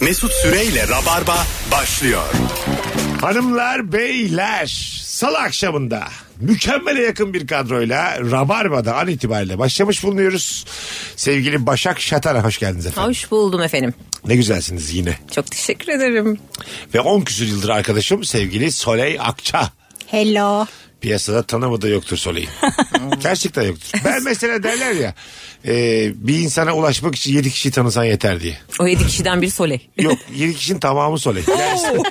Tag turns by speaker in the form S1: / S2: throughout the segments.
S1: Mesut Süreyle Rabarba başlıyor.
S2: Hanımlar, beyler, salı akşamında mükemmele yakın bir kadroyla Rabarba'da an itibariyle başlamış bulunuyoruz. Sevgili Başak Şatar'a hoş geldiniz efendim.
S3: Hoş buldum efendim.
S2: Ne güzelsiniz yine.
S3: Çok teşekkür ederim.
S2: Ve 10 küsür yıldır arkadaşım sevgili Soley Akça.
S3: Hello.
S2: Piyasada tanımadığı yoktur Soley'i. Gerçekten yoktur. Ben mesela derler ya e, bir insana ulaşmak için 7 kişi tanısan yeter diye.
S3: O yedi kişiden bir Soley.
S2: Yok 7 kişinin tamamı Soley. Yani,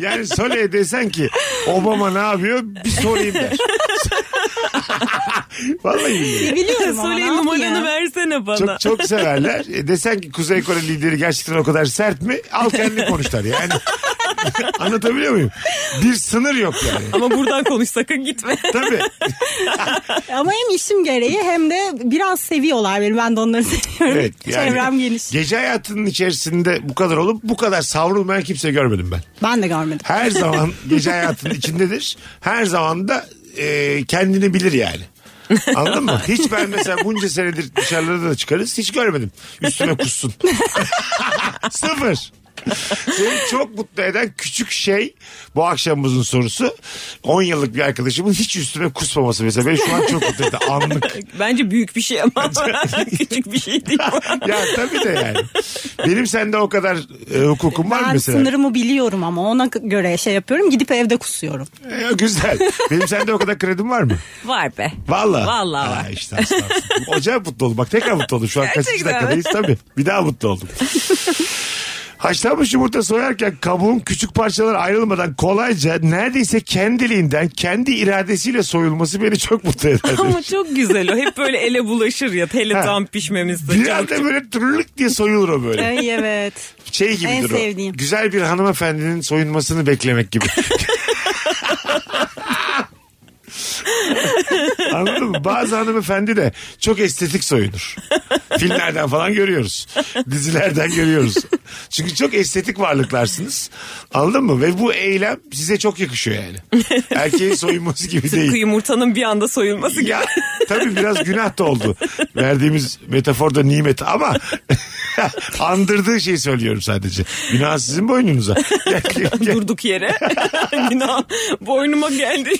S2: yani Soley'e desen ki Obama ne yapıyor bir sorayım der. Vallahi billahi.
S4: Biliyorum ama
S3: Soley
S4: ne
S3: numaranı
S4: yapayım?
S3: versene bana.
S2: Çok çok severler. E, desen ki Kuzey Kore lideri gerçekten o kadar sert mi? Al kendini konuşlar yani. Anlatabiliyor muyum? Bir sınır yok yani.
S3: Ama buradan konuş sakın gitme.
S2: Tabii.
S4: Ama hem işim gereği hem de biraz seviyorlar beni. Ben de onları seviyorum.
S2: Evet. Yani
S4: Çevrem geniş.
S2: Gece hayatının içerisinde bu kadar olup bu kadar savrulmayan kimse görmedim ben.
S4: Ben de görmedim.
S2: Her zaman gece hayatının içindedir. Her zaman da e, kendini bilir yani. Anladın mı? Hiç ben mesela bunca senedir dışarıda da çıkarız hiç görmedim. Üstüme kussun. Sıfır. Seni çok mutlu eden küçük şey bu akşamımızın sorusu 10 yıllık bir arkadaşımın hiç üstüme kusmaması mesela beni şu an çok mutlu etti anlık.
S3: Bence büyük bir şey ama küçük bir şey değil. bu.
S2: ya tabii de yani. Benim sende o kadar e, hukukum var mı
S4: Ben
S2: mesela?
S4: sınırımı biliyorum ama ona göre şey yapıyorum. Gidip evde kusuyorum.
S2: E, güzel. Benim sende o kadar kredim var mı?
S3: Var be.
S2: Vallahi.
S3: Vallahi
S2: Ha,
S3: var.
S2: işte aslansın. Acayip mutlu oldum. Bak tekrar mutlu oldum. Şu an kaçıncı
S3: Gerçekten mi?
S2: dakikadayız tabii. Bir daha mutlu oldum. Haşlanmış yumurta soyarken kabuğun küçük parçaları ayrılmadan kolayca neredeyse kendiliğinden kendi iradesiyle soyulması beni çok mutlu eder.
S3: Ama çok güzel o. Hep böyle ele bulaşır ya. Hele
S2: Ha.
S3: tam pişmemizde.
S2: Bir anda böyle tırlık diye soyulur o böyle.
S4: Ay evet.
S2: Şey gibidir
S4: En
S2: o.
S4: sevdiğim.
S2: Güzel bir hanımefendinin soyunmasını beklemek gibi. Anladın mı? Bazı hanımefendi de çok estetik soyunur. Filmlerden falan görüyoruz. Dizilerden görüyoruz. Çünkü çok estetik varlıklarsınız. Anladın mı? Ve bu eylem size çok yakışıyor yani. Erkeğin soyunması gibi değil.
S3: Tıpkı yumurtanın bir anda soyulması gibi.
S2: Ya tabii biraz günah da oldu. Verdiğimiz metafor da nimet ama andırdığı şeyi söylüyorum sadece. Günah sizin boynunuza. Gel- gel- gel.
S3: Durduk yere. Günah boynuma geldi.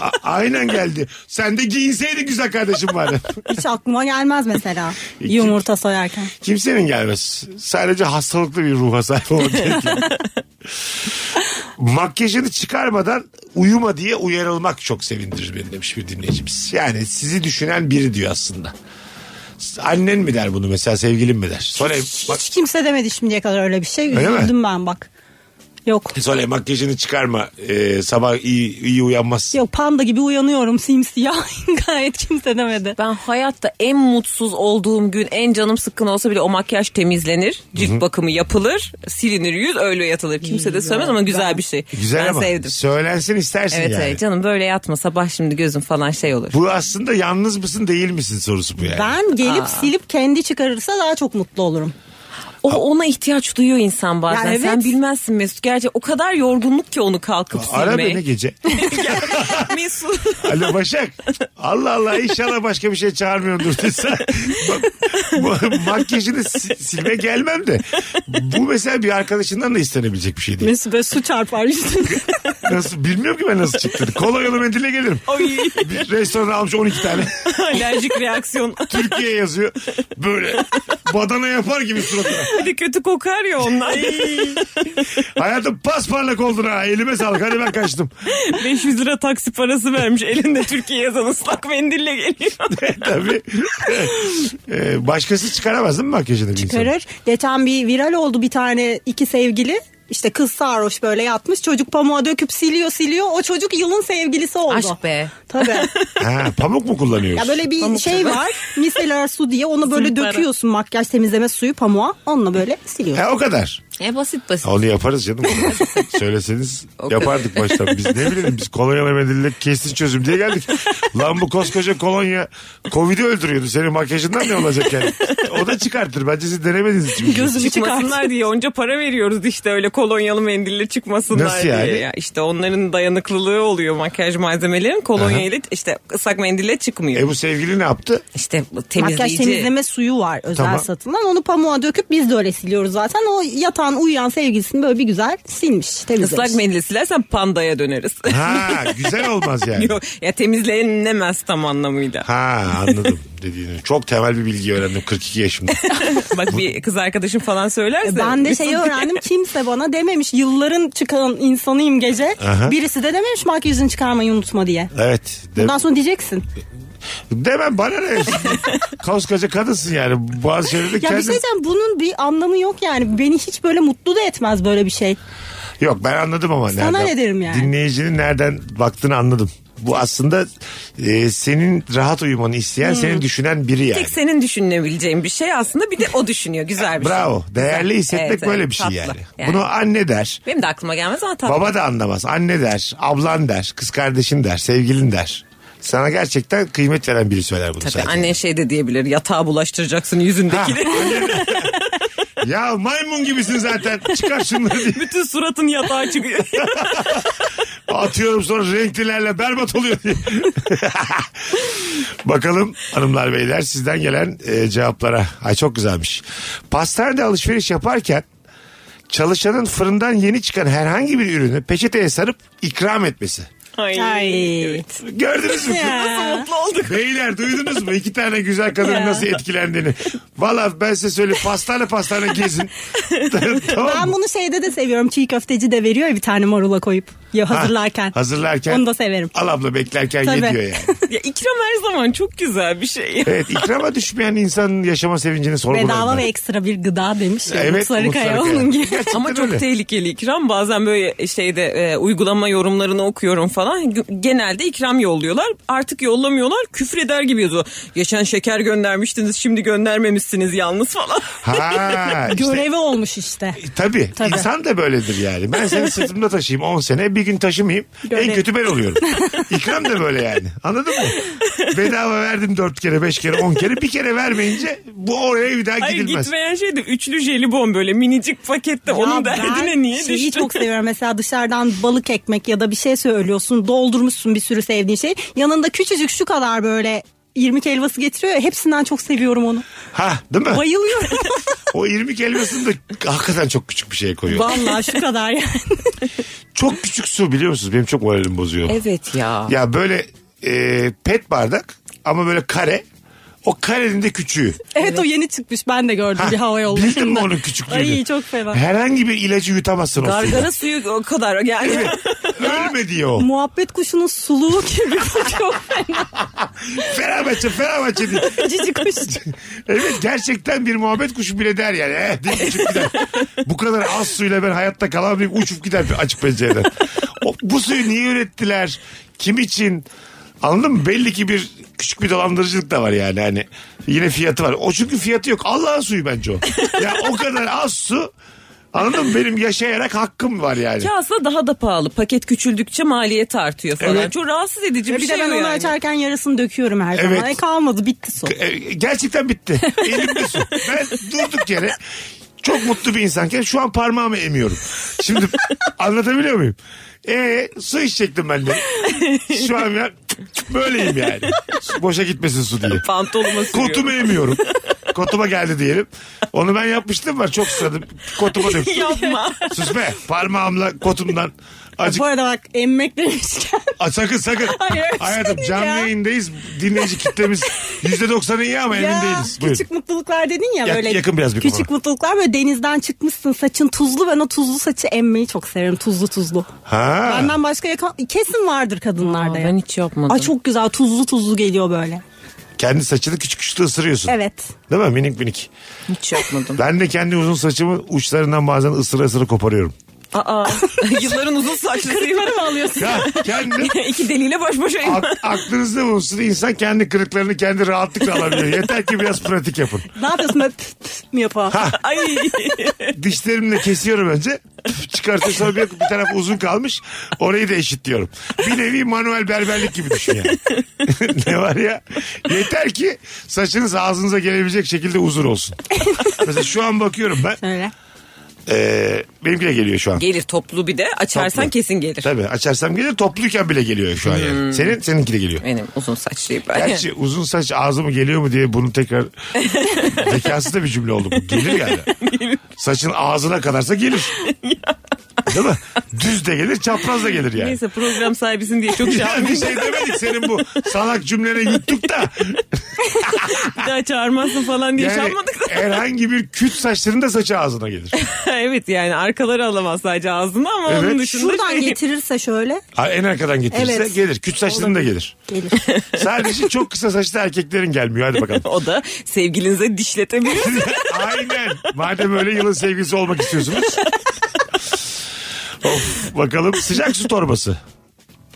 S2: A- Aynen geldi. Sen de giyinseydi güzel kardeşim madem.
S4: Hiç aklıma gelmez mesela. Yumurta soyarken.
S2: Kimsenin gelmez. Sadece hastalıklı bir ruha sahip olmak gerekiyor. Makyajını çıkarmadan uyuma diye uyarılmak çok sevindirir beni demiş bir dinleyicimiz. Yani sizi düşünen biri diyor aslında. Annen mi der bunu mesela sevgilin mi der? Sonra bak
S4: Hiç kimse demedi şimdiye kadar öyle bir şey.
S2: Öyle mi?
S4: Üzüldüm ben bak. Yok.
S2: Söyle makyajını çıkarma. Ee, sabah iyi, iyi uyanmazsın.
S4: Yok panda gibi uyanıyorum simsiyah. Gayet kimse demedi.
S3: Ben hayatta en mutsuz olduğum gün en canım sıkkın olsa bile o makyaj temizlenir. Cilt bakımı yapılır. Silinir yüz öyle yatılır. Kimse de söylemez ama güzel bir şey.
S2: Güzel
S3: ben
S2: ama
S3: sevdim.
S2: söylensin istersin
S3: Evet
S2: yani.
S3: evet canım böyle yatma sabah şimdi gözüm falan şey olur.
S2: Bu aslında yalnız mısın değil misin sorusu bu yani.
S4: Ben gelip silip kendi çıkarırsa daha çok mutlu olurum.
S3: O ona ihtiyaç duyuyor insan bazen.
S4: Ya evet.
S3: Sen bilmezsin Mesut. Gerçi o kadar yorgunluk ki onu kalkıp
S2: Ara
S3: silmeye.
S2: beni gece.
S3: Mesut.
S2: Alo Başak. Allah Allah inşallah başka bir şey çağırmıyordur desen. Bak, bu- makyajını si- silme gelmem de. Bu mesela bir arkadaşından da istenebilecek bir şey değil.
S4: Mesut böyle su çarpar üstüne.
S2: Nasıl, bilmiyorum ki ben nasıl çıktım. Kola yolu mendille gelirim.
S3: Ay
S2: Bir restoran almış 12 tane.
S3: alerjik reaksiyon.
S2: Türkiye yazıyor. Böyle badana yapar gibi suratına.
S3: Bir de kötü kokar ya onlar.
S2: Hayatım pasparlak oldun ha. Elime sağlık. Hadi ben kaçtım.
S3: 500 lira taksi parası vermiş. Elinde Türkiye yazan ıslak mendille geliyor.
S2: E, Tabii. Ee, başkası çıkaramaz değil mi makyajını? bir insanın?
S4: Çıkarır. Geçen bir viral oldu bir tane iki sevgili. İşte kız sarhoş böyle yatmış. Çocuk pamuğa döküp siliyor siliyor. O çocuk yılın sevgilisi oldu.
S3: Aşk be.
S4: Tabii.
S2: Ha, pamuk mu kullanıyoruz?
S4: Ya böyle bir şey var. Miseler su diye onu böyle
S3: Zımpara.
S4: döküyorsun makyaj temizleme suyu pamuğa. Onunla böyle siliyor.
S2: Ha, o kadar.
S3: E basit basit.
S2: Onu yaparız canım. Söyleseniz yapardık baştan. Biz ne bileyim biz kolonyalı medeliyle kesin çözüm diye geldik. Lan bu koskoca kolonya Covid'i öldürüyordu. Senin makyajından ne olacak yani? O da çıkartır. Bence siz denemediniz çünkü.
S4: Gözümü çıkart.
S3: çıkmasınlar diye onca para veriyoruz işte öyle kolonyalı mendille çıkmasınlar
S2: Nasıl
S3: diye.
S2: yani?
S3: Ya işte onların dayanıklılığı oluyor makyaj malzemelerin kolonya ile işte ıslak mendille çıkmıyor.
S2: E bu sevgili ne yaptı?
S3: işte
S4: Makyaj
S3: temizleyici.
S4: temizleme suyu var özel
S2: Tamam.
S4: satılan. Onu pamuğa döküp biz de öyle siliyoruz zaten. O yatan uyuyan sevgilisini böyle bir güzel silmiş, temizlemiş.
S3: Islak mendil silersen pandaya döneriz.
S2: Ha güzel olmaz yani.
S3: Yok, ya temizlenemez tam anlamıyla.
S2: Ha anladım dediğini. Çok temel bir bilgi öğrendim 42 yaşımda.
S3: Bak bir kız arkadaşım falan söylerse.
S4: E, Ben de şeyi öğrendim kimse bana dememiş yılların çıkan insanıyım gece.
S2: Aha.
S4: Birisi de dememiş makyajını çıkarmayı unutma diye.
S2: Evet. De-
S4: Bundan sonra diyeceksin.
S2: demem bana ne? Koskoca kadınsın yani. Bazı şeyleri de
S4: Ya bir
S2: kendin-
S4: şey diyeceğim bunun bir anlamı yok yani. Beni hiç böyle mutlu da etmez böyle bir şey.
S2: Yok ben anladım ama.
S4: Sana ne derim yani?
S2: Dinleyicinin nereden baktığını anladım. Bu aslında e, senin rahat uyumanı isteyen, seni düşünen biri yani.
S3: Tek senin düşünebileceğin bir şey aslında bir de o düşünüyor. Güzel bir şey.
S2: Bravo. Değerli hissetmek
S3: Evet,
S2: böyle
S3: evet,
S2: bir
S3: tatlı.
S2: şey yani.
S3: Yani.
S2: Bunu anne der.
S3: Benim de aklıma gelmez ama tatlı.
S2: Baba da anlamaz. Anne der, ablan der, kız kardeşin der, sevgilin der. Sana gerçekten kıymet veren biri söyler bunu
S3: Tabii
S2: zaten.
S3: annen şey de diyebilir. Yatağa bulaştıracaksın yüzündekileri.
S2: Ya maymun gibisin zaten. Çıkar şunları diye.
S3: Bütün suratın yatağa çıkıyor.
S2: Atıyorum sonra renklilerle berbat oluyor diye. Bakalım hanımlar beyler sizden gelen e, cevaplara. Ay çok güzelmiş. Pastanede alışveriş yaparken çalışanın fırından yeni çıkan herhangi bir ürünü peçeteye sarıp ikram etmesi.
S3: Ay.
S4: Ay.
S3: Evet.
S2: Gördünüz mü?
S3: Nasıl mutlu olduk.
S2: Beyler duydunuz mu? İki tane güzel kadının nasıl etkilendiğini. Valla ben size söyleyeyim pastane pastane gezin. tamam
S4: Ben
S2: mı?
S4: bunu şeyde de seviyorum. Çiğ köfteci de veriyor ya bir tane marula koyup. Ya
S2: Ha,
S4: hazırlarken.
S2: hazırlarken.
S4: Onu da severim.
S2: Al abla beklerken
S4: Tabii.
S2: ye diyor yani.
S3: Ya ikram her zaman çok güzel bir şey.
S2: Evet ikrama düşmeyen insanın yaşama sevincini sorgularım.
S4: Bedava
S2: ben.
S4: ve ekstra bir gıda demiş. ya.
S2: Evet,
S4: Umut Sarıkaya
S2: Umut Sarıkaya.
S4: onun gibi.
S2: Gerçekten
S3: Ama çok
S2: öyle.
S3: tehlikeli ikram. Bazen böyle şeyde e, uygulama yorumlarını okuyorum falan. G- Genelde ikram yolluyorlar. Artık yollamıyorlar. Küfreder gibi yazıyor. Geçen şeker göndermiştiniz şimdi göndermemişsiniz yalnız falan.
S2: Ha işte,
S4: Görevi olmuş işte.
S2: tabii,
S4: Tabii.
S2: insan da böyledir yani. Ben seni sırtımda taşıyayım 10 sene bir gün taşımayayım en
S4: Görev.
S2: kötü ben oluyorum. İkram da böyle yani anladın mı? Bedava verdim 4 kere 5 kere 10 kere bir kere vermeyince bu oraya bir daha
S3: Hayır
S2: gidilmez.
S3: gitmeyen şey de üçlü jelibon böyle minicik pakette. Onun
S4: Ya ben
S3: derdine niye
S4: şeyi
S3: düştün?
S4: çok seviyorum. Mesela dışarıdan balık ekmek ya da bir şey söylüyorsun. Doldurmuşsun bir sürü sevdiğin şey. Yanında küçücük şu kadar böyle irmik helvası getiriyor ya. Hepsinden çok seviyorum onu.
S2: Ha değil mi?
S4: Bayılıyorum.
S2: O 20 kelimesini de hakikaten çok küçük bir şeye koyuyor.
S4: Vallahi şu kadar yani.
S2: çok küçük su biliyor musunuz? Benim çok moralimi bozuyor.
S3: Evet ya.
S2: Ya böyle e, pet bardak ama böyle kare. O karenin de küçüğü.
S4: Evet o yeni çıkmış. Ben de gördüm
S2: Ha,
S4: bir hava yolu.
S2: Bildin mi onun küçüklüğünü?
S4: Ay çok fena.
S2: Herhangi bir ilacı yutamazsın o suyla.
S3: Gargara suyu o kadar yani.
S2: Ölme diyor o.
S4: Muhabbet kuşunun suluğu gibi çok fena.
S2: Fenerbahçe Fenerbahçe diye.
S4: Cici kuş.
S2: Evet gerçekten bir muhabbet kuşu bile der yani. Eh, diye uçup gider. Bu kadar az suyla ben hayatta kalamayayım uçup gider bir açık pencereden. O, bu suyu niye ürettiler? Kim için? Anladın mı? Belli ki bir küçük bir dolandırıcılık da var yani. Hani yine fiyatı var. O çünkü fiyatı yok. Allah'ın suyu bence o. ya o kadar az su Anladın mı? Benim yaşayarak hakkım var yani.
S3: Ki aslında daha da pahalı. Paket küçüldükçe maliyet artıyor falan.
S2: Evet.
S3: Çok rahatsız edici bir,
S4: Bir
S3: şey
S4: de ben
S3: o
S4: onu
S3: yani.
S4: açarken yarısını döküyorum her zaman.
S2: Evet.
S4: Ay, kalmadı bitti su.
S2: E, gerçekten bitti. Elimde su. Ben durduk yere çok mutlu bir insanken şu an parmağımı emiyorum. Şimdi anlatabiliyor muyum? E su içecektim ben de. Şu an ben böyleyim yani. Boşa gitmesin su diye.
S3: Pantolonuma sürüyorum.
S2: Kotumu emiyorum. Kotuma geldi diyelim. Onu ben yapmıştım var çok susadım. Kotuma döktüm.
S3: Yapma.
S2: Sus be parmağımla kotumdan. Acık,
S4: Bu arada bak emmek demişken.
S2: Aa, sakın sakın.
S4: Hayır, öyle
S2: Hayatım
S4: değil
S2: canlı
S4: ya.
S2: yayındayız. Dinleyici kitlemiz %90'ın iyi ama emin
S4: Ya,
S2: değiliz. Buyurun.
S4: Küçük mutluluklar dedin ya
S2: Ya-
S4: böyle.
S2: yakın biraz mikrofona.
S4: Küçük mutluluklar böyle denizden çıkmışsın saçın tuzlu. Ben o tuzlu saçı emmeyi çok severim tuzlu tuzlu.
S2: Ha.
S4: Benden başka yaka- kesin vardır kadınlarda ya.
S3: ben hiç yapmadım.
S4: Ay çok güzel tuzlu tuzlu geliyor böyle.
S2: Kendi saçını küçük küçük de ısırıyorsun.
S4: Evet.
S2: Değil mi? Minik minik.
S3: hiç yapmadım.
S2: Ben de kendi uzun saçımı uçlarından bazen ısıra ısıra koparıyorum.
S3: Aa, yılların uzun saçlısıyım.
S4: Kırıkları mı alıyorsun?
S2: Ya kendi
S3: İki deliyle baş başayım.
S2: ak- aklınızda bulunsun insan kendi kırıklarını kendi rahatlıkla alabiliyor. Yeter ki biraz pratik yapın.
S4: ne yapıyorsun böyle püf püf mi yapalım?
S3: Ay.
S2: Dişlerimle kesiyorum önce. Çıkartıyorum sonra bir, bir taraf uzun kalmış. Orayı da eşitliyorum. Bir nevi manuel berberlik gibi düşün yani. ne var ya? Yeter ki saçınız ağzınıza gelebilecek şekilde uzun olsun. Mesela şu an bakıyorum ben.
S4: Öyle.
S2: Ee, benimki de geliyor şu an.
S3: Gelir toplu bir de açarsan
S2: Toplu.
S3: kesin gelir.
S2: Tabii açarsam gelir topluyken bile geliyor şu an yani. Senin, seninki de geliyor.
S3: Benim uzun saçlıyım ben.
S2: Gerçi uzun saç ağzımı geliyor mu diye bunu tekrar zekası da bir cümle oldu. bu. Gelir yani. Saçın ağzına kadarsa gelir. Değil mi? Düz de gelir çapraz da gelir yani.
S3: Neyse program sahibisin diye çok
S2: Yani bir
S3: şahane.
S2: şey demedik senin bu salak cümlene yuttuk da.
S3: bir daha çağırmazsın falan diye
S2: Yani
S3: çalmadık da.
S2: herhangi bir küt saçların da saçı ağzına gelir.
S3: evet yani arkaları alamaz sadece ağzını ama
S2: Evet.
S3: onun dışında
S4: Şuradan
S3: şey-
S4: getirirse şöyle
S2: Ha, en arkadan getirirse
S4: Evet.
S2: gelir. Küt saçların da gelir.
S4: gelir.
S2: Şey Sadece çok kısa saçlı erkeklerin gelmiyor. Hadi bakalım.
S3: O da sevgilinize dişletebilir.
S2: Aynen. Madem öyle yılın sevgilisi olmak istiyorsunuz. of, bakalım sıcak su torbası.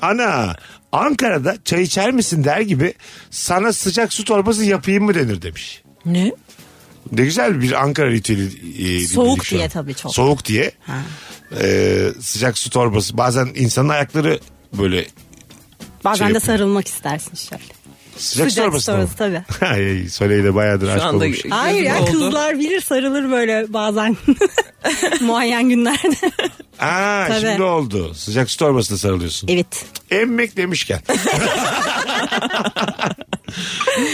S2: Ana Ankara'da çay içer misin der gibi sana sıcak su torbası yapayım mı denir demiş.
S3: ne?
S2: Ne güzel bir Ankara ritüeli. e,
S4: Soğuk
S2: dinledik şu
S4: diye
S2: an.
S4: tabii çok.
S2: Soğuk diye. Ee, sıcak su torbası. Bazen insanın ayakları böyle
S4: Bazen
S2: Şey
S4: de
S2: yapayım.
S4: sarılmak istersin şöyle.
S2: sıcak,
S4: Sıcak
S2: su
S4: su torbası
S2: torbası. mı?
S4: tabii.
S2: Ay, Soleil de bayağıdır aşk
S3: anda
S2: olmuş.
S4: Hayır ya
S3: Oldu.
S4: kızlar bilir sarılır böyle bazen muayyen günlerde.
S2: Aa,
S4: Tabii. E,
S2: şimdi oldu. Sıcak su torbasına sarılıyorsun.
S4: evet.
S2: Emmek demişken.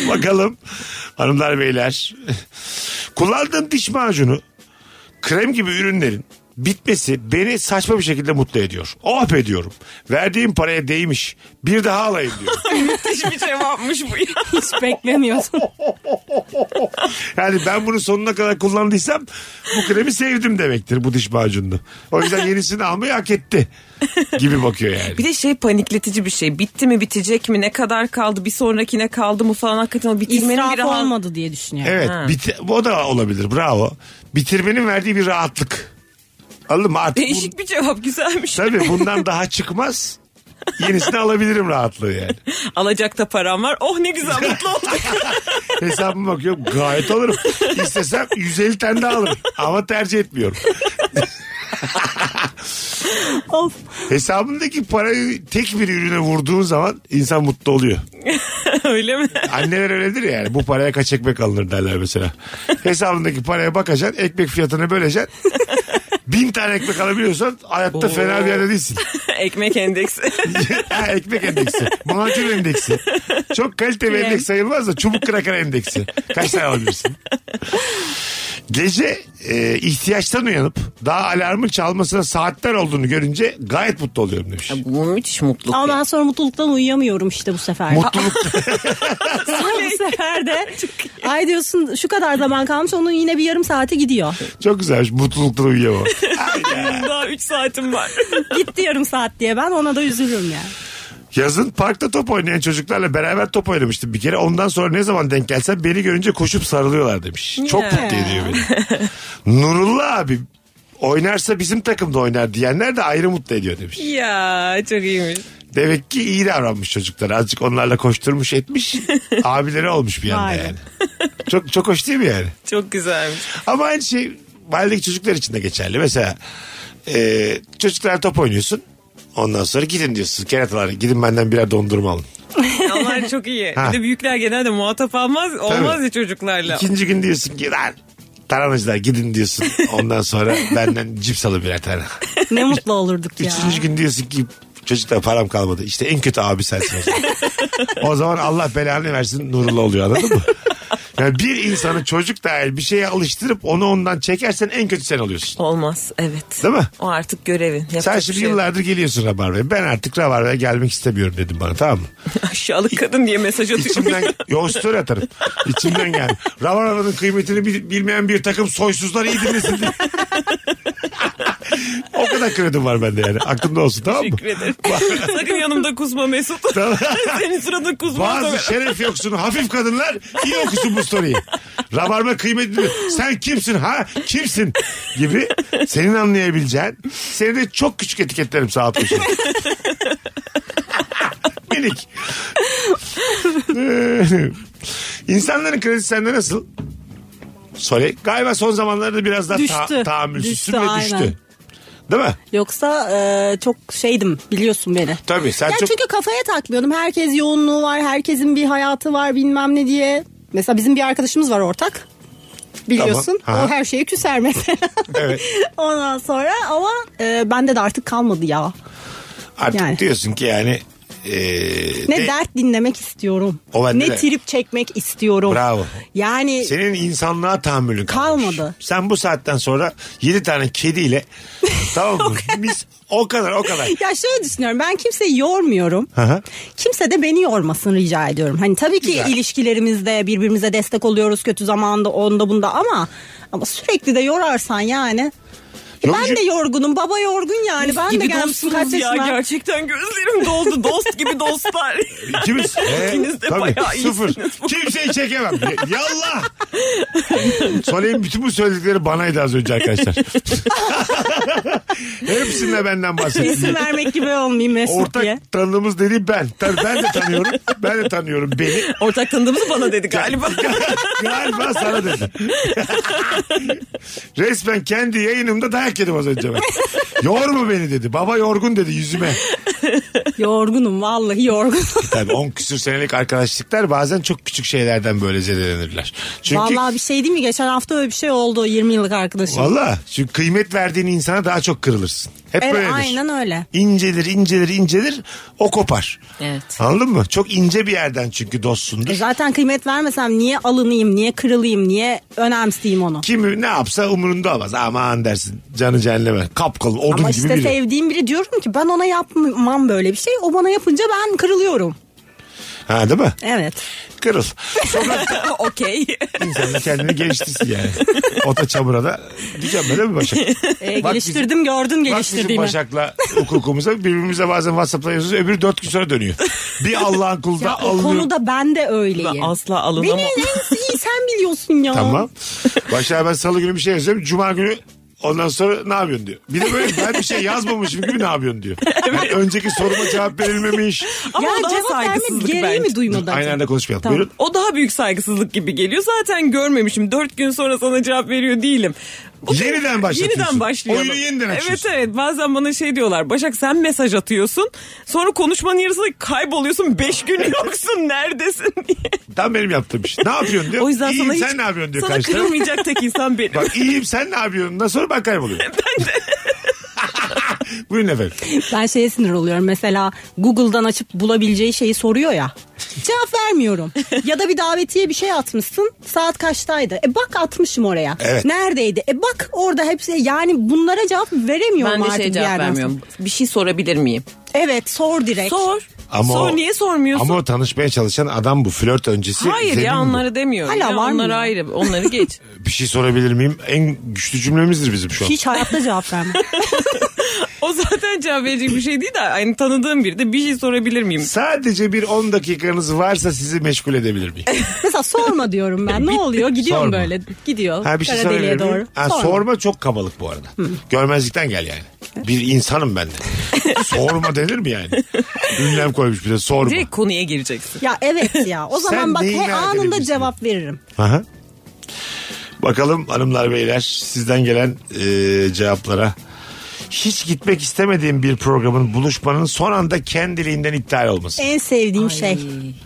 S2: Bakalım hanımlar beyler. Kullandığım diş macunu krem gibi ürünlerin bitmesi beni saçma bir şekilde mutlu ediyor. Oh be diyorum. Verdiğim paraya değmiş. Bir daha alayım diyor.
S3: Müthiş bir cevapmış şey bu ya.
S4: Hiç beklemiyordum.
S2: Yani ben bunu sonuna kadar kullandıysam bu kremi sevdim demektir bu diş macununu. O yüzden yenisini almayı hak etti gibi bakıyor yani.
S3: Bir de şey panikletici bir şey. Bitti mi bitecek mi ne kadar kaldı bir sonrakine kaldı mı falan hakikaten o bitirmenin bir
S4: İsraf
S3: rahat-
S4: olmadı diye düşünüyorum.
S2: Evet.
S3: Ha.
S2: Biti- o da olabilir. Bravo. Bitirmenin verdiği bir rahatlık. Anladın mı? Artık bu-
S3: Değişik bir cevap güzelmiş.
S2: tabii bundan daha çıkmaz. Yenisini alabilirim rahatlığı yani.
S3: Alacak da param var. Oh ne güzel mutlu olduk.
S2: Hesabıma bakıyorum gayet alırım. İstesem 150 tane daha alırım. Ama tercih etmiyorum.
S4: Of.
S2: Hesabındaki parayı tek bir ürüne vurduğun zaman insan mutlu oluyor.
S3: Öyle mi?
S2: Anneler öyledir ya yani. Bu paraya kaç ekmek alınır derler mesela. Hesabındaki paraya bakacaksın. Ekmek fiyatını böleceksin. Bin tane ekmek alabiliyorsan hayatta fena bir yerde değilsin.
S3: Ekmek endeksi.
S2: ha, ekmek endeksi. Macun endeksi. Çok kaliteli bir endeks sayılmaz da çubuk kraker endeksi. Kaç tane alabilirsin? Gece e, ihtiyaçtan uyanıp daha alarmın çalmasına saatler olduğunu görünce gayet mutlu oluyorum demiş.
S3: bu müthiş mutluluk.
S4: Ama ben sonra mutluluktan uyuyamıyorum işte bu sefer.
S2: Mutluluk.
S4: bu sefer de ay diyorsun şu kadar zaman kalmış onun yine bir yarım saati gidiyor.
S2: Çok güzelmiş. Mutluluktan uyuyamam.
S3: Daha 3 saatim var.
S4: Gitti yarım saat diye ben ona da üzülürüm yani.
S2: Yazın parkta top oynayan çocuklarla beraber top oynamıştım bir kere. Ondan sonra ne zaman denk gelsem beni görünce koşup sarılıyorlar demiş. Çok
S3: Ya.
S2: mutlu ediyor beni. Nurullah abi oynarsa bizim takımda oynar diyenler de ayrı mutlu ediyor demiş.
S3: ya çok iyiymiş.
S2: Demek ki iyi davranmış çocuklar. Azıcık onlarla koşturmuş etmiş. Abileri olmuş bir yanda
S4: Vay be.
S2: yani. Çok çok hoş değil mi yani?
S3: Çok güzelmiş.
S2: Ama aynı şey mahalledeki çocuklar için de geçerli. Mesela e, çocuklar top oynuyorsun. Ondan sonra gidin diyorsun. Keratalar gidin benden birer dondurma alın.
S3: Onlar çok iyi.
S2: Ha.
S3: Bir de büyükler genelde muhatap almaz. Olmaz
S2: Tabii.
S3: ya çocuklarla.
S2: İkinci gün diyorsun ki lan taranacılar gidin diyorsun. Ondan sonra benden cips alın birer tane.
S4: Ne mutlu olurduk ya.
S2: Üçüncü gün diyorsun ki çocuklar param kalmadı. İşte en kötü abi sensin o zaman. o zaman Allah belanı versin nurlu oluyor anladın mı? Yani bir insanı çocuk dahil bir şeye alıştırıp onu ondan çekersen en kötü sen oluyorsun.
S3: Olmaz evet.
S2: Değil mi?
S3: O artık görevin. Yapacak
S2: Sen
S3: bir
S2: şimdi
S3: şey yok.
S2: yıllardır geliyorsun Rabarba'ya. Ben artık Rabarba'ya gelmek istemiyorum dedim bana tamam mı?
S3: Aşağılık kadın diye mesaj atıyor.
S2: İçimden yo story atarım. İçimden geldi. Rabarba'nın kıymetini bil- bilmeyen bir takım soysuzlar iyi dinlesin diye. o kadar kredim var bende yani. Aklımda olsun tamam mı?
S3: Teşekkür ederim. Sakın yanımda kusma Mesut. Senin sırada kusma.
S2: Bazı şeref yoksunu hafif kadınlar iyi okusun bu story'i. Rabarba kıymetli mi? Sen kimsin ha? Kimsin? Gibi senin anlayabileceğin. Seni de çok küçük etiketlerim sağ alt köşeye. Minik. Ee, İnsanların kredisi sende nasıl? Sorry. Galiba son zamanlarda biraz daha ta-
S4: Düştü.
S2: tahammülsüzsün
S4: Düştü,
S2: ve düştü.
S4: aynen.
S2: Değil mi?
S4: Yoksa e, çok şeydim biliyorsun beni.
S2: Tabii sen
S4: Ya
S2: çok...
S4: çünkü kafaya takmıyordum. Herkes yoğunluğu var, herkesin bir hayatı var bilmem ne diye. Mesela bizim bir arkadaşımız var ortak. Biliyorsun.
S2: Tamam, ha.
S4: O her şeye küser mesela.
S2: Evet.
S4: Ondan sonra ama e, bende de artık kalmadı ya.
S2: Artık
S4: Yani.
S2: diyorsun ki yani... ee,
S4: Ne
S2: de-
S4: dert dinlemek istiyorum.
S2: O bende
S4: ne
S2: de.
S4: trip çekmek istiyorum.
S2: Bravo.
S4: Yani
S2: Senin insanlığa tahammülün kalmamış.
S4: Kalmadı.
S2: Sen bu saatten sonra 7 tane kediyle tamam mı? Biz o kadar o kadar.
S4: ya şöyle düşünüyorum ben kimseyi yormuyorum.
S2: Hı hı.
S4: Kimse de beni yormasın rica ediyorum. Hani tabii ki
S2: Güzel.
S4: ilişkilerimizde birbirimize destek oluyoruz kötü zamanda onda bunda ama ama sürekli de yorarsan yani. E
S2: Yok,
S4: ben de yorgunum. Baba yorgun yani. Ben de
S3: gibi
S4: gelmişim kaç
S3: dostsunuz ya
S4: yaşına.
S3: gerçekten gözlerim doldu dost gibi dostlar.
S2: İkimiz. Ee,
S3: İkiniz de
S2: tabii,
S3: bayağı
S2: Sıfır.
S3: iyisiniz.
S2: Kimseyi çekemem. Y- Yallah. Soleyin bütün bu söyledikleri banaydı az önce arkadaşlar. Hepsinde benden bahsediyor.
S4: İsim vermek gibi olmayayım Mesut diye.
S2: Ortak tanıdığımız dedi ben. Tabii ben de tanıyorum. Ben de tanıyorum beni.
S3: Ortak tanıdığımız bana dedi galiba.
S2: Galiba sana dedi. Resmen kendi yayınımda dayak yedim az önce ben. Yorma beni dedi. Baba yorgun dedi yüzüme.
S4: Yorgunum vallahi yorgunum.
S2: Tabii 10 küsür senelik arkadaşlıklar bazen çok küçük şeylerden böyle zedelenirler. Çünkü Vallahi...
S4: Vallahi bir şey değil mi? Geçen hafta öyle bir şey oldu 20 yıllık arkadaşım.
S2: çünkü kıymet verdiğin insana daha çok kırılırsın. Hep
S4: evet
S2: böyledir.
S4: aynen öyle.
S2: İncelir, incelir, incelir o kopar.
S3: Evet.
S2: Anladın mı? Çok ince bir yerden çünkü dostsundur.
S4: E zaten kıymet vermesem niye alınayım, niye kırılayım, niye önemseyeyim onu?
S2: Kimi ne yapsa umurunda olmaz. Aman dersin canı cehenneme. Kapkıl odun
S4: Ama
S2: gibi
S4: işte
S2: biri.
S4: sevdiğim biri diyorum ki ben ona yapmam böyle bir şey. O bana yapınca ben kırılıyorum.
S2: Ha değil mi?
S4: Evet. Ee,
S2: Kırıl.
S3: Okey.
S2: İnsan da kendini geliştirsin yani. Ota çamura da diyeceğim böyle mi Başak?
S4: E,
S2: Bak
S4: geliştirdim gördün
S2: Bak bizim
S4: geliştirdiğimi.
S2: Başak'la hukukumuza birbirimize bazen Whatsapp'la yazıyoruz öbürü dört gün sonra dönüyor. Bir Allah'ın kulu da
S4: Ya o
S2: alınıyor.
S4: konuda ben de öyleyim.
S3: Ben asla
S4: Beni
S3: alınamam.
S4: en iyi sen biliyorsun ya.
S2: Tamam. Başak'a ben salı günü bir şey yazıyorum. Cuma günü ondan sonra ne yapıyorsun diyor. Bir de böyle ben bir şey yazmamışım gibi ne yapıyorsun diyor. Yani önceki soruma cevap verilmemiş.
S3: Ama
S4: ya
S3: o daha
S4: cevap verme
S3: saygısızlık
S4: gereği mi
S3: bence.
S4: duymadı
S2: Aynı
S4: acaba?
S2: anda konuşmayalım.
S4: Tamam.
S2: Buyurun.
S3: O daha büyük saygısızlık gibi geliyor. Zaten görmemişim. Dört gün sonra sana cevap veriyor değilim.
S2: Yeniden başlatıyorsun.
S3: Yeniden başlıyorum.
S2: Oyunu yeniden
S3: Evet
S2: açıyorsun.
S3: evet bazen bana şey diyorlar. Başak sen mesaj atıyorsun. Sonra konuşmanın yarısında kayboluyorsun. Beş gün yoksun neredesin diye.
S2: Tam benim yaptığım iş. Ne yapıyorsun diyor.
S3: O yüzden
S2: İyiyim
S3: sana hiç
S2: sen ne yapıyorsun diyor.
S3: sana
S2: karşı taraf.
S3: kırılmayacak tek insan benim.
S2: Bak iyiyim sen ne yapıyorsun? Ondan sonra ben kayboluyorum. Ben de. Buyurun efendim.
S4: Ben şeye sinir oluyorum. Mesela Google'dan açıp bulabileceği şeyi soruyor ya. Cevap vermiyorum. ya da bir davetiye bir şey atmışsın. Saat kaçtaydı? E bak atmışım oraya.
S2: Evet.
S4: Neredeydi? E bak orada hepsi. Yani bunlara cevap veremiyorum
S3: Ben de
S4: artık
S3: şey
S4: bir
S3: cevap
S4: yerden sonra.
S3: vermiyorum. Bir şey sorabilir miyim?
S4: Evet sor direkt.
S3: Sor.
S2: Ama
S3: Sor
S2: o-
S3: niye sormuyorsun?
S2: Ama o tanışmaya çalışan adam bu. Flört öncesi.
S3: Hayır
S2: zemin
S3: ya
S2: bu.
S3: onları demiyorum.
S4: Hala
S3: ya,
S4: var mı
S3: onları
S4: ya?
S3: ayrı. Onları geç.
S2: Bir şey sorabilir miyim? En güçlü cümlemizdir bizim şu an.
S4: Hiç hayatta cevap vermem.
S3: o zaten cevap verecek bir şey değil de aynı tanıdığım biri de bir şey sorabilir miyim?
S2: Sadece bir 10 dakikanız varsa sizi meşgul edebilir miyim?
S4: Mesela sorma diyorum ben. Ne oluyor? Gidiyorum
S2: Sorma.
S4: böyle. Gidiyor.
S2: Ha bir şey
S4: Karadeli'ye
S2: sorabilir miyim?
S4: doğru.
S2: Ha,
S4: Sorma.
S2: sorma çok kabalık bu arada. Görmezlikten gel yani. Bir insanım ben de. sorma denir mi yani? Ünlem koymuş bir de sorma.
S3: Direkt konuya gireceksin.
S4: Ya evet ya. O
S2: Sen
S4: zaman bak
S2: neyi
S4: he,
S2: merak
S4: anında
S2: edebilirsin?
S4: cevap veririm.
S2: Aha. Bakalım hanımlar beyler sizden gelen e, cevaplara. Hiç gitmek istemediğim bir programın buluşmanın son anda kendiliğinden iptal olması.
S4: En sevdiğim şey.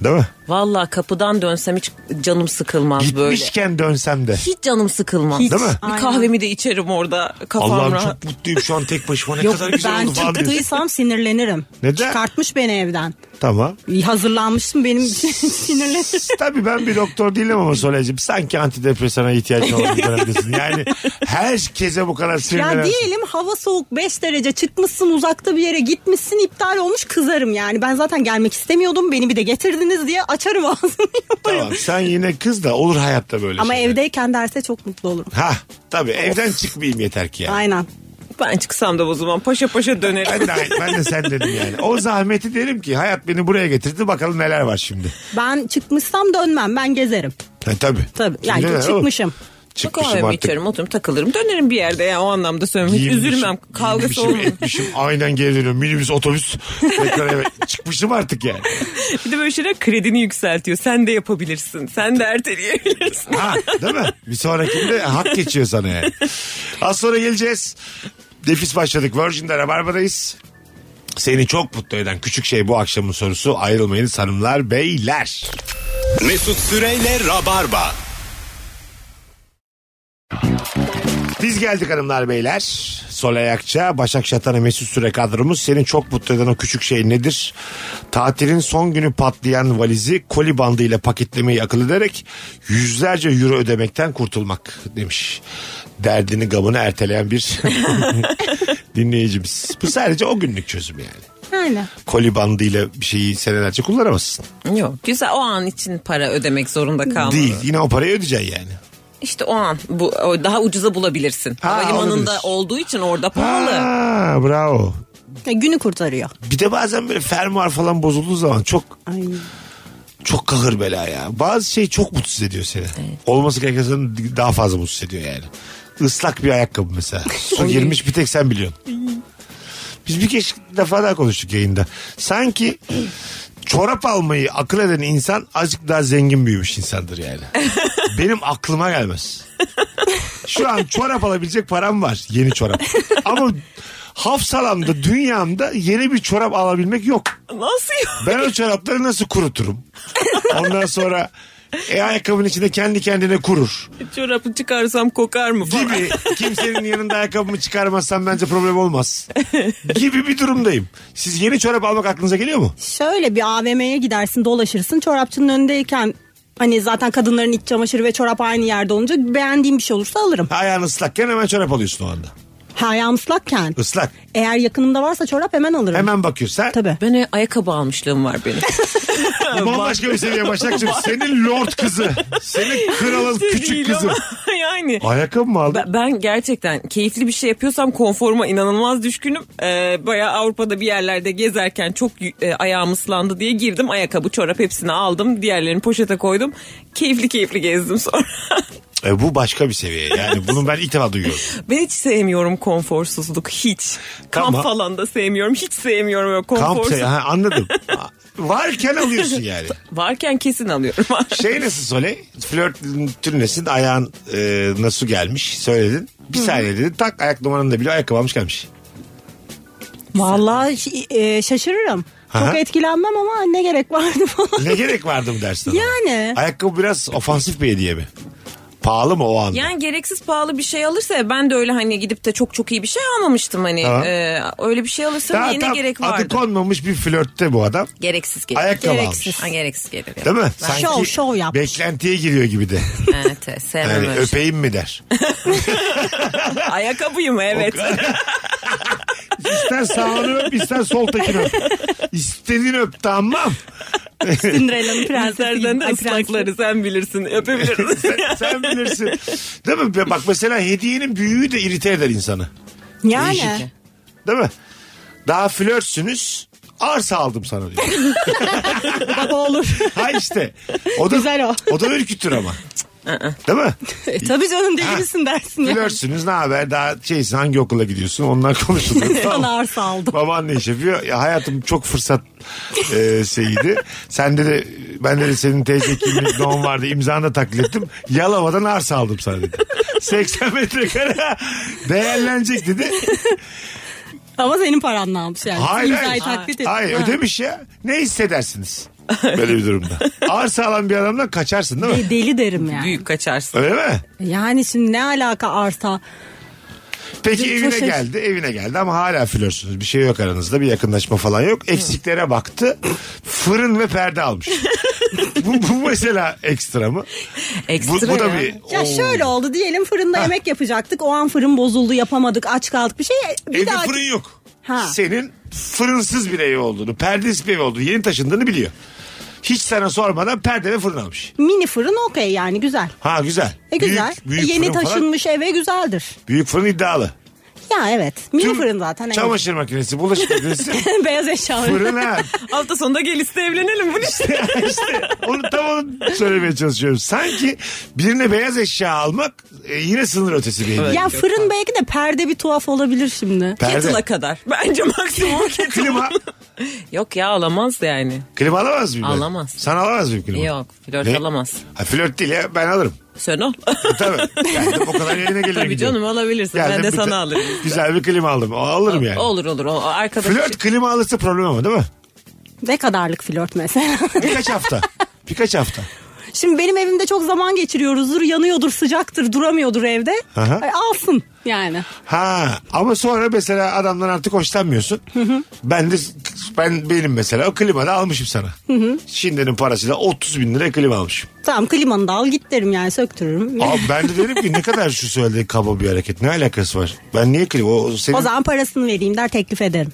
S2: Değil mi?
S3: Vallahi kapıdan dönsem hiç canım sıkılmaz böyle.
S2: Gitmişken dönsem de.
S3: Hiç canım sıkılmaz.
S4: Hiç.
S2: Değil mi?
S3: Bir kahvemi de içerim orada kafam
S2: Allah'ım
S3: rahat.
S2: çok mutluyum şu an tek başıma ne
S4: Yok
S2: kadar güzel
S4: ben
S2: oldu falan diyorsun.
S4: çıktıysam sinirlenirim.
S2: Neden?
S4: Çıkartmış beni evden.
S2: Tamam.
S4: Hazırlanmıştım benim için sinirlenirim.
S2: Tabii ben bir doktor değilim ama Solecim sanki antidepresana ihtiyaç olan bir dönemdesin. Yani herkese bu kadar
S4: ya
S2: sinirlenen.
S4: diyelim hava soğuk 5 derece çıkmışsın uzakta bir yere gitmişsin iptal olmuş kızarım yani. Ben zaten gelmek istemiyordum beni bir de getirdiniz diye açarım ağzını yaparım.
S2: Tamam şey sen yine kız da olur hayatta böyle
S4: Ama
S2: şeyler.
S4: evdeyken derse çok mutlu olurum.
S2: Ha tabii evden çıkmayayım yeter ki yani.
S4: Aynen.
S3: Ben çıksam da o zaman paşa paşa dönerim.
S2: Ben de, ben de sen dedim yani. O zahmeti derim ki hayat beni buraya getirdi bakalım neler var şimdi.
S4: Ben çıkmışsam dönmem ben gezerim.
S2: Ha, tabii.
S4: Tabii yani
S2: Şimdi ne oğlum?
S4: çıkmışım.
S2: Çıkmışım
S3: Kahvemi
S2: şey artık.
S3: içerim oturup takılırım dönerim bir yerde ya o anlamda söylüyorum. Hiç
S2: Giyinmişim,
S3: üzülmem kavgası
S2: giyinmişim,
S3: olmaz.
S2: etmişim aynen geri dönüyorum. Minibüs otobüs. Tekrar eve. Çıkmışım artık yani.
S3: Bir de böyle şeyler kredini yükseltiyor. Sen de yapabilirsin. Sen de erteleyebilirsin.
S2: Ha, değil mi? Bir sonrakinde hak geçiyor sana yani. Az sonra geleceğiz. Nefis başladık. Virgin'de Rabarba'dayız. Seni çok mutlu eden küçük şey bu akşamın sorusu. Ayrılmayınız hanımlar beyler.
S1: Mesut Süreyle Rabarba.
S2: Biz geldik hanımlar beyler. Solay Akça, Başak Şatan'a Mesut Süre kadromuz. Senin çok mutlu eden o küçük şey nedir? Tatilin son günü patlayan valizi koli bandıyla paketlemeyi akıl ederek yüzlerce euro ödemekten kurtulmak demiş. Derdini gamını erteleyen bir dinleyicimiz. Bu sadece o günlük çözüm yani.
S4: Yani.
S2: Koli bandıyla bir şeyi senelerce kullanamazsın.
S3: Yok güzel o an için para ödemek zorunda kalmalı.
S2: Değil. Yine o parayı ödeyeceksin yani.
S3: İşte o an bu o daha ucuza bulabilirsin.
S2: Ha,
S3: Havalimanında
S2: olabilir.
S3: olduğu için orada pahalı.
S2: Ha, bravo.
S4: Ya E, günü kurtarıyor.
S2: Bir de bazen böyle fermuar falan bozulduğu zaman çok
S4: Ay.
S2: çok kahır bela ya. Bazı şey çok mutsuz ediyor seni. Olması gerekenden daha fazla mutsuz ediyor yani. Islak bir ayakkabı mesela. Su girmiş bir tek sen biliyorsun. Biz bir kez defa daha konuştuk yayında. Sanki çorap almayı akıl eden insan azıcık daha zengin büyümüş insandır yani. Benim aklıma gelmez. Şu an çorap alabilecek param var. Yeni çorap. Ama hafsalamda dünyamda yeni bir çorap alabilmek yok.
S3: Nasıl ya?
S2: Ben o çorapları nasıl kuruturum? Ondan sonra e, ayakkabının içinde kendi kendine kurur.
S3: Çorabı çıkarsam kokar mı falan.
S2: Gibi kimsenin yanında ayakkabımı çıkarmazsam bence problem olmaz. Gibi bir durumdayım. Siz yeni çorap almak aklınıza geliyor mu?
S4: Şöyle bir AVM'ye gidersin dolaşırsın çorapçının önündeyken hani zaten kadınların iç çamaşırı ve çorap aynı yerde olunca beğendiğim bir şey olursa alırım.
S2: Ayağın ıslakken hemen çorap alıyorsun o anda.
S4: Ha ayağım ıslakken.
S2: Islak.
S4: Eğer yakınımda varsa çorap hemen alırım.
S2: Hemen bakıyorsun. Sen
S4: Tabii.
S3: Ben e, ayakkabı almışlığım var benim.
S2: Bu bambaşka bir seviye Başakçığım. Senin lord kızı. Senin kralın
S3: Şey
S2: küçük
S3: değil
S2: kızı.
S3: ama yani.
S2: Ayakkabı mı aldın?
S3: Ben- Ben gerçekten keyifli bir şey yapıyorsam konforma inanılmaz düşkünüm. Ee, bayağı Avrupa'da bir yerlerde gezerken çok y- e, ayağım ıslandı diye girdim. Ayakkabı, çorap hepsini aldım. Diğerlerini poşete koydum. Keyifli keyifli gezdim sonra.
S2: E, bu başka bir seviye. Yani bunu ben ilk defa duyuyorum.
S3: ben hiç sevmiyorum konforsuzluk. Hiç. Kamp
S2: Tamam.
S3: falan da sevmiyorum. Hiç sevmiyorum öyle
S2: Kamp
S3: konforsuz.
S2: se- ha, anladım. Varken alıyorsun yani.
S3: Varken kesin alıyorum.
S2: Şey nasıl Sole? Flörtün nesin? Ayağın e, nasıl gelmiş? Söyledin. Bir saniye dedin. Tak ayak numaranı da biliyor. Ayakkabı almış gelmiş.
S4: Vallahi ş- e, şaşırırım.
S2: Aha.
S4: Çok etkilenmem ama ne gerek vardı falan.
S2: Ne gerek vardı bu dersin? adama?
S4: Yani.
S2: Ayakkabı biraz ofansif bir hediye mi? Pahalı mı o anda?
S3: Yani gereksiz pahalı bir şey alırsa ya, ben de öyle hani gidip de çok çok iyi bir şey almamıştım hani.
S2: Tamam.
S3: Ee, öyle bir şey alırsa
S2: Daha
S3: yine
S2: tam
S3: gerek
S2: Adı
S3: vardı.
S2: konmamış bir flörtte bu adam.
S3: Gereksiz gelir.
S2: Ayakkabı
S4: Gereksiz.
S2: almış.
S3: Ha, gereksiz gelir. ya.
S2: Değil mi?
S4: Şov, şov yapmış.
S2: Beklentiye giriyor gibi de.
S3: Evet, evet, sevmem
S2: Yani
S3: öyle şey.
S2: öpeyim mi der.
S3: Ayakkabıyım evet.
S2: İster sağını öp ister sol tekini öp. İstediğini öp tamam.
S4: Cinderella'nın prensesi.
S3: Serden de
S4: Ay, prensi.
S3: ıslakları sen bilirsin öpebiliriz.
S2: sen, sen bilirsin. Değil mi? Bak mesela hediyenin büyüğü de irite eder insanı.
S4: Yani.
S2: Değil mi? Daha flörtsünüz. Arsa aldım sana diyor.
S4: Bak o olur.
S2: ha işte. O da,
S4: Güzel o.
S2: da ürkütür ama. Değil mi?
S4: E, tabii canım deli misin dersin ya.
S2: Flörtsünüz ne haber daha şeysin hangi okula gidiyorsun onlar konuşulur.
S4: Sana arsa aldım.
S2: Babaanne iş yapıyor. Ya hayatım çok fırsat e, şeyiydi. Sende de ben de senin teyze kimlik doğum vardı imzanı da taklit ettim. Yalova'dan arsa aldım sana dedi. 80 metrekare değerlenecek dedi.
S4: Ama senin paranla almış yani.
S2: Hayır,
S4: İmzayı
S2: hayır.
S4: Hani taklit et.
S2: Hayır
S4: Ha.
S2: ödemiş ya. Ne hissedersiniz? Böyle bir durumda. Arsa alan bir adamdan kaçarsın değil mi?
S4: E, deli derim yani.
S3: Büyük kaçarsın.
S2: Öyle mi?
S4: Yani şimdi ne alaka arsa?
S2: Peki
S4: Çok
S2: evine
S4: şaşır-
S2: geldi, evine geldi ama hala flörtsünüz. Bir şey yok aranızda, bir yakınlaşma falan yok. Eksiklere baktı. Fırın ve perde almış. bu, bu mesela ekstra mı? Bu,
S3: Ekstra
S2: bu da
S3: ya.
S2: bir
S4: Ya
S2: Oo.
S4: şöyle oldu diyelim fırında yemek yapacaktık. O an fırın bozuldu yapamadık aç kaldık bir şey. Bir
S2: Evde
S4: daha
S2: fırın yok.
S4: Ha.
S2: Senin fırınsız bir evi olduğunu, perdesiz bir ev olduğunu, yeni taşındığını biliyor. Hiç sana sormadan perde ve fırın almış.
S4: mini fırın okey yani güzel.
S2: Ha güzel.
S4: E güzel. E, yeni
S2: fırın falan-
S4: taşınmış eve güzeldir.
S2: büyük fırın iddialı.
S4: Ya evet. Mini fırın zaten. evet.
S2: Çamaşır makinesi, bulaşık makinesi,
S4: Beyaz eşyaları.
S2: fırın ha.
S3: Hafta sonunda gel iste evlenelim. Bu ne?
S2: işte onu tam onu söylemeye çalışıyorum. Sanki birine beyaz eşya almak e, yine sınır ötesi bir hediye.
S4: Ya fırın belki de perde bir tuhaf olabilir şimdi.
S2: Perde.
S3: Kettle'a kadar. Bence maksimum kettle.
S2: Klima.
S3: Yok ya alamaz yani.
S2: Klima alamaz mıyım? ben?
S3: Alamaz.
S2: Sen alamaz mıyım klima?
S3: Yok flört
S2: Ne?
S3: alamaz.
S2: Ha, flört değil ya ben alırım.
S3: Sen ol.
S2: Tabii. Yani o kadar yerine gelir
S3: Tabii
S2: gidiyorum.
S3: canım alabilirsin.
S2: Yani
S3: ben de
S2: bir ta-
S3: sana alırım.
S2: Güzel bir klima aldım. O- Alırım yani.
S3: Olur olur. O, arkadaş
S2: Flört klima alırsa problem ama değil mi?
S4: Ne kadarlık flört mesela.
S2: Birkaç hafta. Birkaç hafta.
S4: Şimdi benim evimde çok zaman geçiriyoruzdur. Yanıyordur, sıcaktır, duramıyordur evde.
S2: Aha.
S4: Ay, alsın yani.
S2: Ha ama sonra mesela adamdan artık hoşlanmıyorsun. ben de ben benim mesela o klimada almışım sana. Şimdinin parasıyla 30 bin liraya klima almışım.
S4: Tamam klimanı da al git derim yani söktürürüm.
S2: Abi ben de dedim ki ne kadar şu söylediği kaba bir hareket ne alakası var? Ben niye klima? O senin
S4: O zaman parasını vereyim der teklif ederim.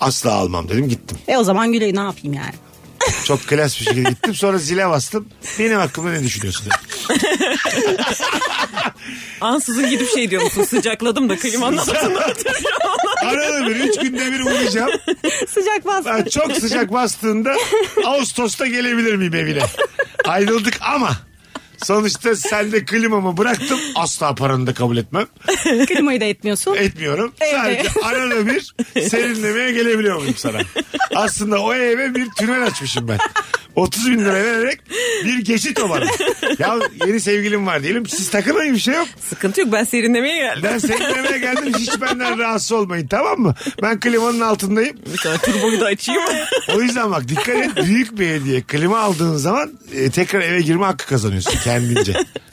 S2: asla almam dedim gittim.
S4: E o zaman Gülay ne yapayım yani.
S2: Çok klas bir şekilde gittim sonra zile bastım. Benim hakkımda ne düşünüyorsun dedim.
S3: ansızın gidip şey diyor musun? Sıcakladım da klimanın altında oturuyorum.
S2: Arada bir üç günde bir uğrayacağım.
S4: Sıcak bastı.
S2: Ben çok sıcak bastığında Ağustos'ta gelebilir miyim evine? Ayrıldık ama sonuçta sen de klimamı bıraktım. Asla paranı da kabul etmem.
S4: Klimayı da etmiyorsun.
S2: E, Etmiyorum. Sadece arada bir serinlemeye gelebiliyor muyum sana? Aslında o eve bir tünel açmışım ben. 30 bin lira vererek bir geçit o bana. Ya yeni sevgilim var diyelim. Siz takılmayın bir şey yok.
S3: Sıkıntı yok ben serinlemeye geldim.
S2: Ben serinlemeye geldim. Hiç benden rahatsız olmayın tamam mı? Ben klimanın altındayım.
S3: Bir tane turboyu da açayım.
S2: O yüzden bak dikkat et büyük bir hediye. Klima aldığın zaman e, tekrar eve girme hakkı kazanıyorsun kendince.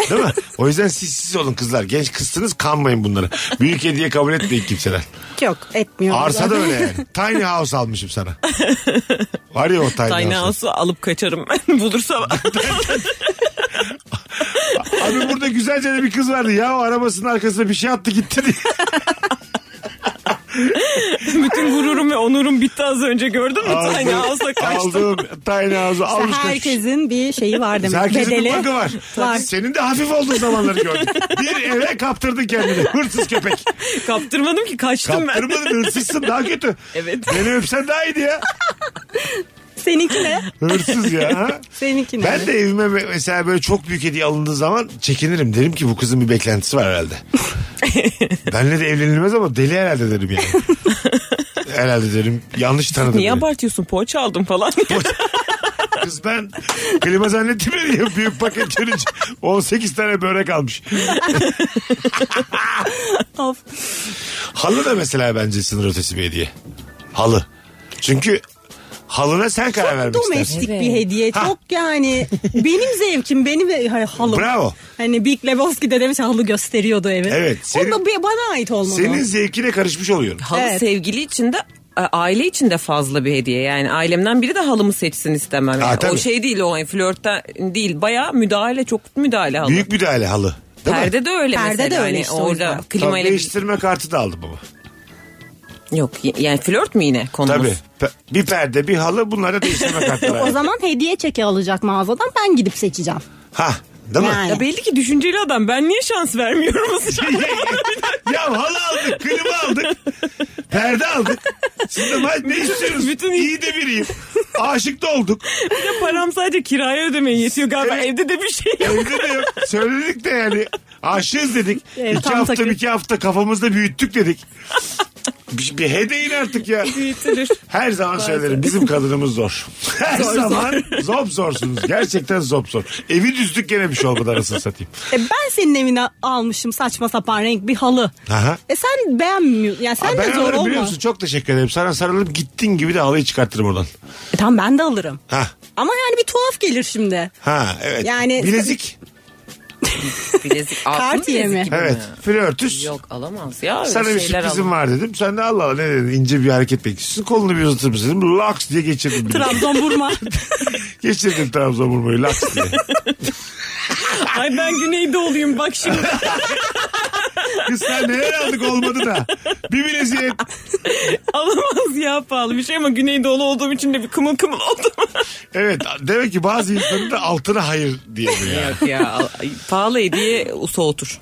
S2: Değil mi? O yüzden siz siz olun kızlar. Genç kızsınız kanmayın bunlara. Büyük hediye kabul etmeyin kimseden.
S4: Yok etmiyorum.
S2: Arsa da öyle yani. Tiny house almışım sana. Var ya o tiny,
S3: Tiny
S2: house.
S3: House'u alıp kaçarım. Bulursa
S2: Abi burada güzelce de bir kız vardı. Ya o arabasının arkasına bir şey attı gitti diye.
S3: bütün gururum ve onurum bitti az önce gördün mü? Tiny House'a kaçtım.
S2: Aldığım tiny house'u
S4: İşte
S2: almış kaçmış.
S4: herkesin bir şeyi var demek.
S2: Herkesin
S4: Bedeli.
S2: bir bakı var.
S4: Var.
S2: Senin de hafif olduğun zamanları gördüm. Bir eve kaptırdın kendini. Hırsız köpek.
S3: Kaptırmadım ki kaçtım ben.
S2: Kaptırmadın hırsızsın daha kötü.
S3: Evet.
S2: Beni öpsen daha iyiydi ya.
S4: Seninki ne?
S2: Hırsız ya. ha?
S4: Seninki ne?
S2: Ben de evime me- mesela böyle çok büyük hediye alındığı zaman çekinirim. Derim ki bu kızın bir beklentisi var herhalde. Benle de evlenilmez ama deli herhalde derim yani. herhalde derim. Yanlış tanıdım.
S3: Niye
S2: beni.
S3: abartıyorsun? Poğaça aldım falan.
S2: Kız ben klima zannettim ya diye büyük paket görünce 18 tane börek almış.
S4: Of.
S2: Halı da mesela bence sınır ötesi bir hediye. Halı. Çünkü halına sen karar vermek istersin.
S4: Domestik bir hediye. Çok yani benim zevkim, benim e- hani halım.
S2: Bravo.
S4: Hani Big Lebowski'de demiş halı gösteriyordu evi.
S2: Evet, senin-
S4: O da bir- bana ait olmadı.
S2: Senin zevkine karışmış oluyorum.
S3: Halı
S4: Evet.
S3: sevgili için de a- aile için de fazla bir hediye yani ailemden biri de halımı seçsin istemem.
S2: Ha,
S3: Yani.
S2: tabii.
S3: o şey değil o yani flörtten değil baya müdahale çok müdahale halı.
S2: Büyük müdahale halı. Değil mi?
S3: Perde de öyle
S4: Perde
S3: mesela.
S4: de öyle
S3: Hani
S4: işte o
S3: orada
S4: yüzden.
S2: Tabii
S3: klimayla bir...
S2: değiştirme kartı da aldım baba.
S3: Yok y- yani flört mü yine konumuz?
S2: Tabii. Pe- bir perde, bir halı bunlara değiştirme kartları.
S4: O
S2: aldım.
S4: zaman hediye çeki alacak mağazadan ben gidip seçeceğim.
S2: ha, değil mi?
S4: Yani.
S3: Ya belli ki düşünceli adam ben niye şans vermiyorum?
S2: ya halı aldık, klima aldık. Perde aldık. Siz de ben ne istiyorsunuz?
S3: Bütün-
S2: İyi de biriyim. Aşık da olduk.
S3: Param sadece kiraya ödemeye yetiyor galiba
S2: Evet.
S3: evde de bir şey yok.
S2: Evde de yok. Söyledik de yani. Aşığız dedik.
S4: Evet,
S2: iki
S4: tam
S2: hafta
S4: takı.
S2: bir iki hafta kafamızda büyüttük dedik. bir, bir hedeyin artık ya.
S3: Büyütülür.
S2: Her zaman söylerim bizim kadınımız zor. Her
S3: Zor,
S2: zaman zop zorsunuz. Gerçekten zop zor. Evi düzdük gene bir şey olmadı arasını satayım.
S4: E ben senin evine almışım saçma sapan renk bir halı.
S2: Aha.
S4: E sen beğenmiyorsun. Yani sen
S2: Aa,
S4: de
S2: ben
S4: zor
S2: alırım
S4: olma.
S2: biliyor musun? Çok teşekkür ederim. Sana sarılıp gittin gibi de halıyı çıkartırım oradan.
S4: E tamam ben de alırım.
S2: Ha.
S4: Ama yani bir tuhaf gelir şimdi.
S2: Ha evet.
S4: Yani-
S2: Bilezik.
S3: Bilezik altın
S4: Kart yeme.
S3: bilezik gibi
S2: Evet.
S3: mi?
S2: Flörtüs.
S3: Yok alamaz ya. öyle
S2: Sana bir
S3: şeyler
S2: sürprizim
S3: alamaz.
S2: var dedim. Sen de Allah Allah ne dedin ince bir hareket bekliyorsun. Kolunu bir uzatır mısın dedim. Laks diye geçirdim. bile.
S4: Trabzon vurma.
S2: Geçirdim Trabzon vurmayı laks diye.
S3: Ay ben güneyde olayım bak şimdi.
S2: Kız sen neler aldık olmadı da. Bir bileziğe
S3: Alamaz ya pahalı bir şey ama Güneydoğulu olduğum için de bir kımıl kımıl oldum.
S2: Evet demek ki bazı insanın da altına hayır diyemiyor. yani.
S3: Yok ya al- ay, pahalı hediye soğutur.